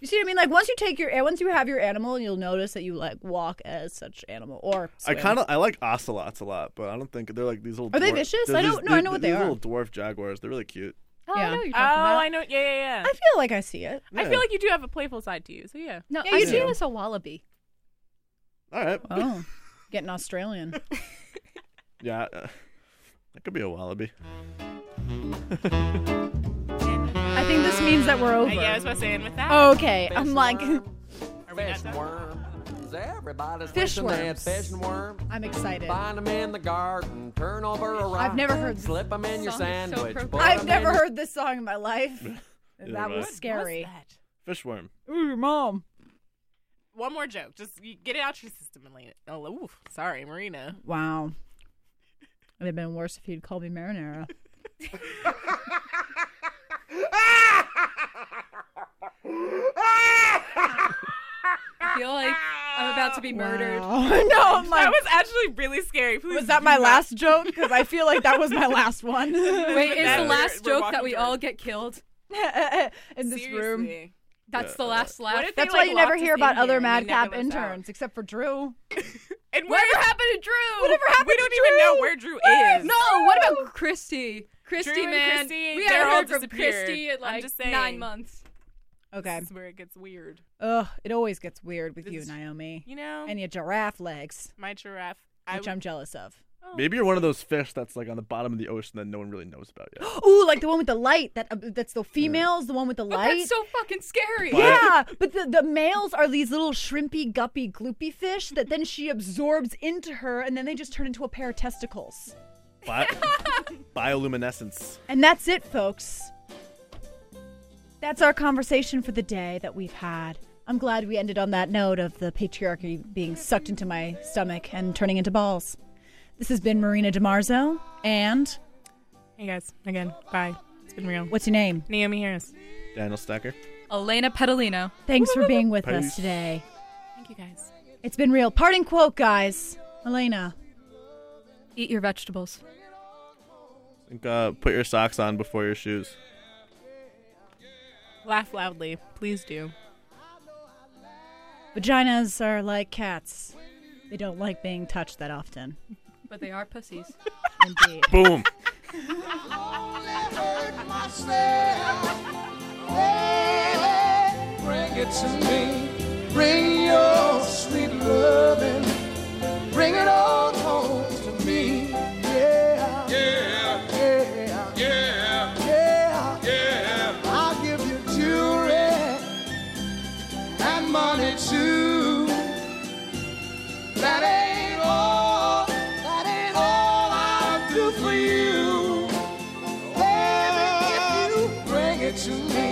Speaker 1: you see what i mean like once you take your eh, once you have your animal you'll notice that you like walk as such animal or
Speaker 2: I
Speaker 1: swim.
Speaker 2: kind of I like ocelots a lot, but I don't think they're like these little.
Speaker 1: Are they
Speaker 2: dwarf-
Speaker 1: vicious?
Speaker 2: they're
Speaker 1: I
Speaker 2: these-
Speaker 1: don't- no, I
Speaker 2: these-
Speaker 1: know what
Speaker 2: these
Speaker 1: they are.
Speaker 2: Little dwarf jaguars. They're really cute.
Speaker 6: Oh, I
Speaker 1: Yeah.
Speaker 6: know what you're talking
Speaker 3: Oh,
Speaker 6: about.
Speaker 3: I know. Yeah, yeah, yeah.
Speaker 1: i feel like i see it
Speaker 3: I
Speaker 2: Yeah.
Speaker 3: feel like you do have a playful side to you. So yeah.
Speaker 6: No,
Speaker 1: Yeah,
Speaker 6: I
Speaker 1: you
Speaker 6: see
Speaker 2: do.
Speaker 6: it as a wallaby.
Speaker 2: All right.
Speaker 1: oh getting australian
Speaker 2: Yeah. uh, That could be a wallaby.
Speaker 1: i think this means that we're over
Speaker 3: Uh, yeah, I was about to say, and with
Speaker 1: Oh,
Speaker 3: that,
Speaker 1: okay i'm like
Speaker 3: are we not done?
Speaker 8: worms. Everybody's
Speaker 1: Fish
Speaker 8: fishing that
Speaker 1: worms.
Speaker 8: fish worm.
Speaker 1: i'm excited
Speaker 8: Find them in the garden, turn over a rock.
Speaker 1: i've never heard this
Speaker 8: Slip them in your
Speaker 6: Song is so
Speaker 8: sandwich.
Speaker 6: appropriate.
Speaker 8: put 'em
Speaker 1: i've never
Speaker 8: in
Speaker 1: heard this song in my life that
Speaker 2: right.
Speaker 1: was scary
Speaker 3: What's that?
Speaker 2: Fishworm.
Speaker 1: ooh your mom
Speaker 3: One more joke. Just you get it out your system, Elena. Oh, oof, sorry, Marina.
Speaker 1: wow it would have been worse if you'd called me marinara
Speaker 6: I feel like I'm about to be murdered.
Speaker 1: Wow. no i'm like
Speaker 3: That was actually really scary. Please.
Speaker 1: Oh Was that my last joke? Because I feel like that was my last one
Speaker 6: Wait, is
Speaker 3: That
Speaker 6: the
Speaker 3: we're-
Speaker 6: last
Speaker 3: we're
Speaker 6: joke
Speaker 3: walking
Speaker 6: that we
Speaker 3: towards-
Speaker 6: all get killed?
Speaker 1: in this room.
Speaker 6: That's the last laugh.
Speaker 3: What if they,
Speaker 1: That's
Speaker 3: like,
Speaker 1: why you never
Speaker 3: locked
Speaker 1: hear
Speaker 3: us in
Speaker 1: about
Speaker 3: here
Speaker 1: other
Speaker 3: and they
Speaker 1: madcap
Speaker 3: never let us out?
Speaker 1: interns, except for Drew.
Speaker 3: And where
Speaker 6: Whatever happened to Drew?
Speaker 3: Whatever happened? We don't even know where Drew is.
Speaker 6: No, what about Christy? Christy,
Speaker 3: Drew and
Speaker 6: man,
Speaker 3: Christy,
Speaker 6: we
Speaker 3: they're
Speaker 6: haven't
Speaker 3: all
Speaker 6: heard from
Speaker 3: disappeared.
Speaker 6: Christy in
Speaker 3: I'm
Speaker 6: like
Speaker 3: just saying.
Speaker 6: nine months.
Speaker 1: Okay.
Speaker 3: This is where it gets weird.
Speaker 1: Ugh, it always gets weird with you,
Speaker 3: This-
Speaker 1: Naomi,
Speaker 3: You know,
Speaker 1: and your giraffe legs.
Speaker 3: my giraffe. I
Speaker 1: which I'm jealous of.
Speaker 2: Maybe you're one of those fish that's like on the bottom of the ocean that no one really knows about yet.
Speaker 1: Ooh, like the one with the light. That uh, that's the females. The one with the
Speaker 3: Oh,
Speaker 6: But
Speaker 1: light.
Speaker 6: that's so fucking scary.
Speaker 1: yeah, but the, the males are these little shrimpy, guppy, gloopy fish that then she absorbs into her, and then they just turn into a pair of testicles.
Speaker 2: Bi- bioluminescence.
Speaker 1: And that's it, folks. That's our conversation for the day that we've had. I'm glad we ended on that note of the patriarchy being sucked into my stomach and turning into balls. This has been Marina DiMarzo, and
Speaker 3: Hey guys, again, bye. It's been real.
Speaker 1: what's your name?
Speaker 3: Naomi Harris.
Speaker 2: Daniel Stacker.
Speaker 6: Elena Petalino.
Speaker 1: Thanks for being with us
Speaker 2: Peace.
Speaker 1: today.
Speaker 3: Thank you guys.
Speaker 1: It's been real. Parting quote, guys. Elena.
Speaker 6: Eat your vegetables.
Speaker 2: I think, uh, put your socks on before your shoes.
Speaker 3: Laugh loudly, please do.
Speaker 1: Vaginas are like cats. They don't like being touched that often.
Speaker 6: But they are pussies.
Speaker 1: Indeed.
Speaker 2: Boom.
Speaker 10: Bring it to me. Bring your sweet loving. Bring it all home to me. Yeah. Yeah. Yeah. Yeah. Yeah. I'll give you jewelry and money too. That ain't all. That ain't all I'll do for you. Baby, if you bring it to me.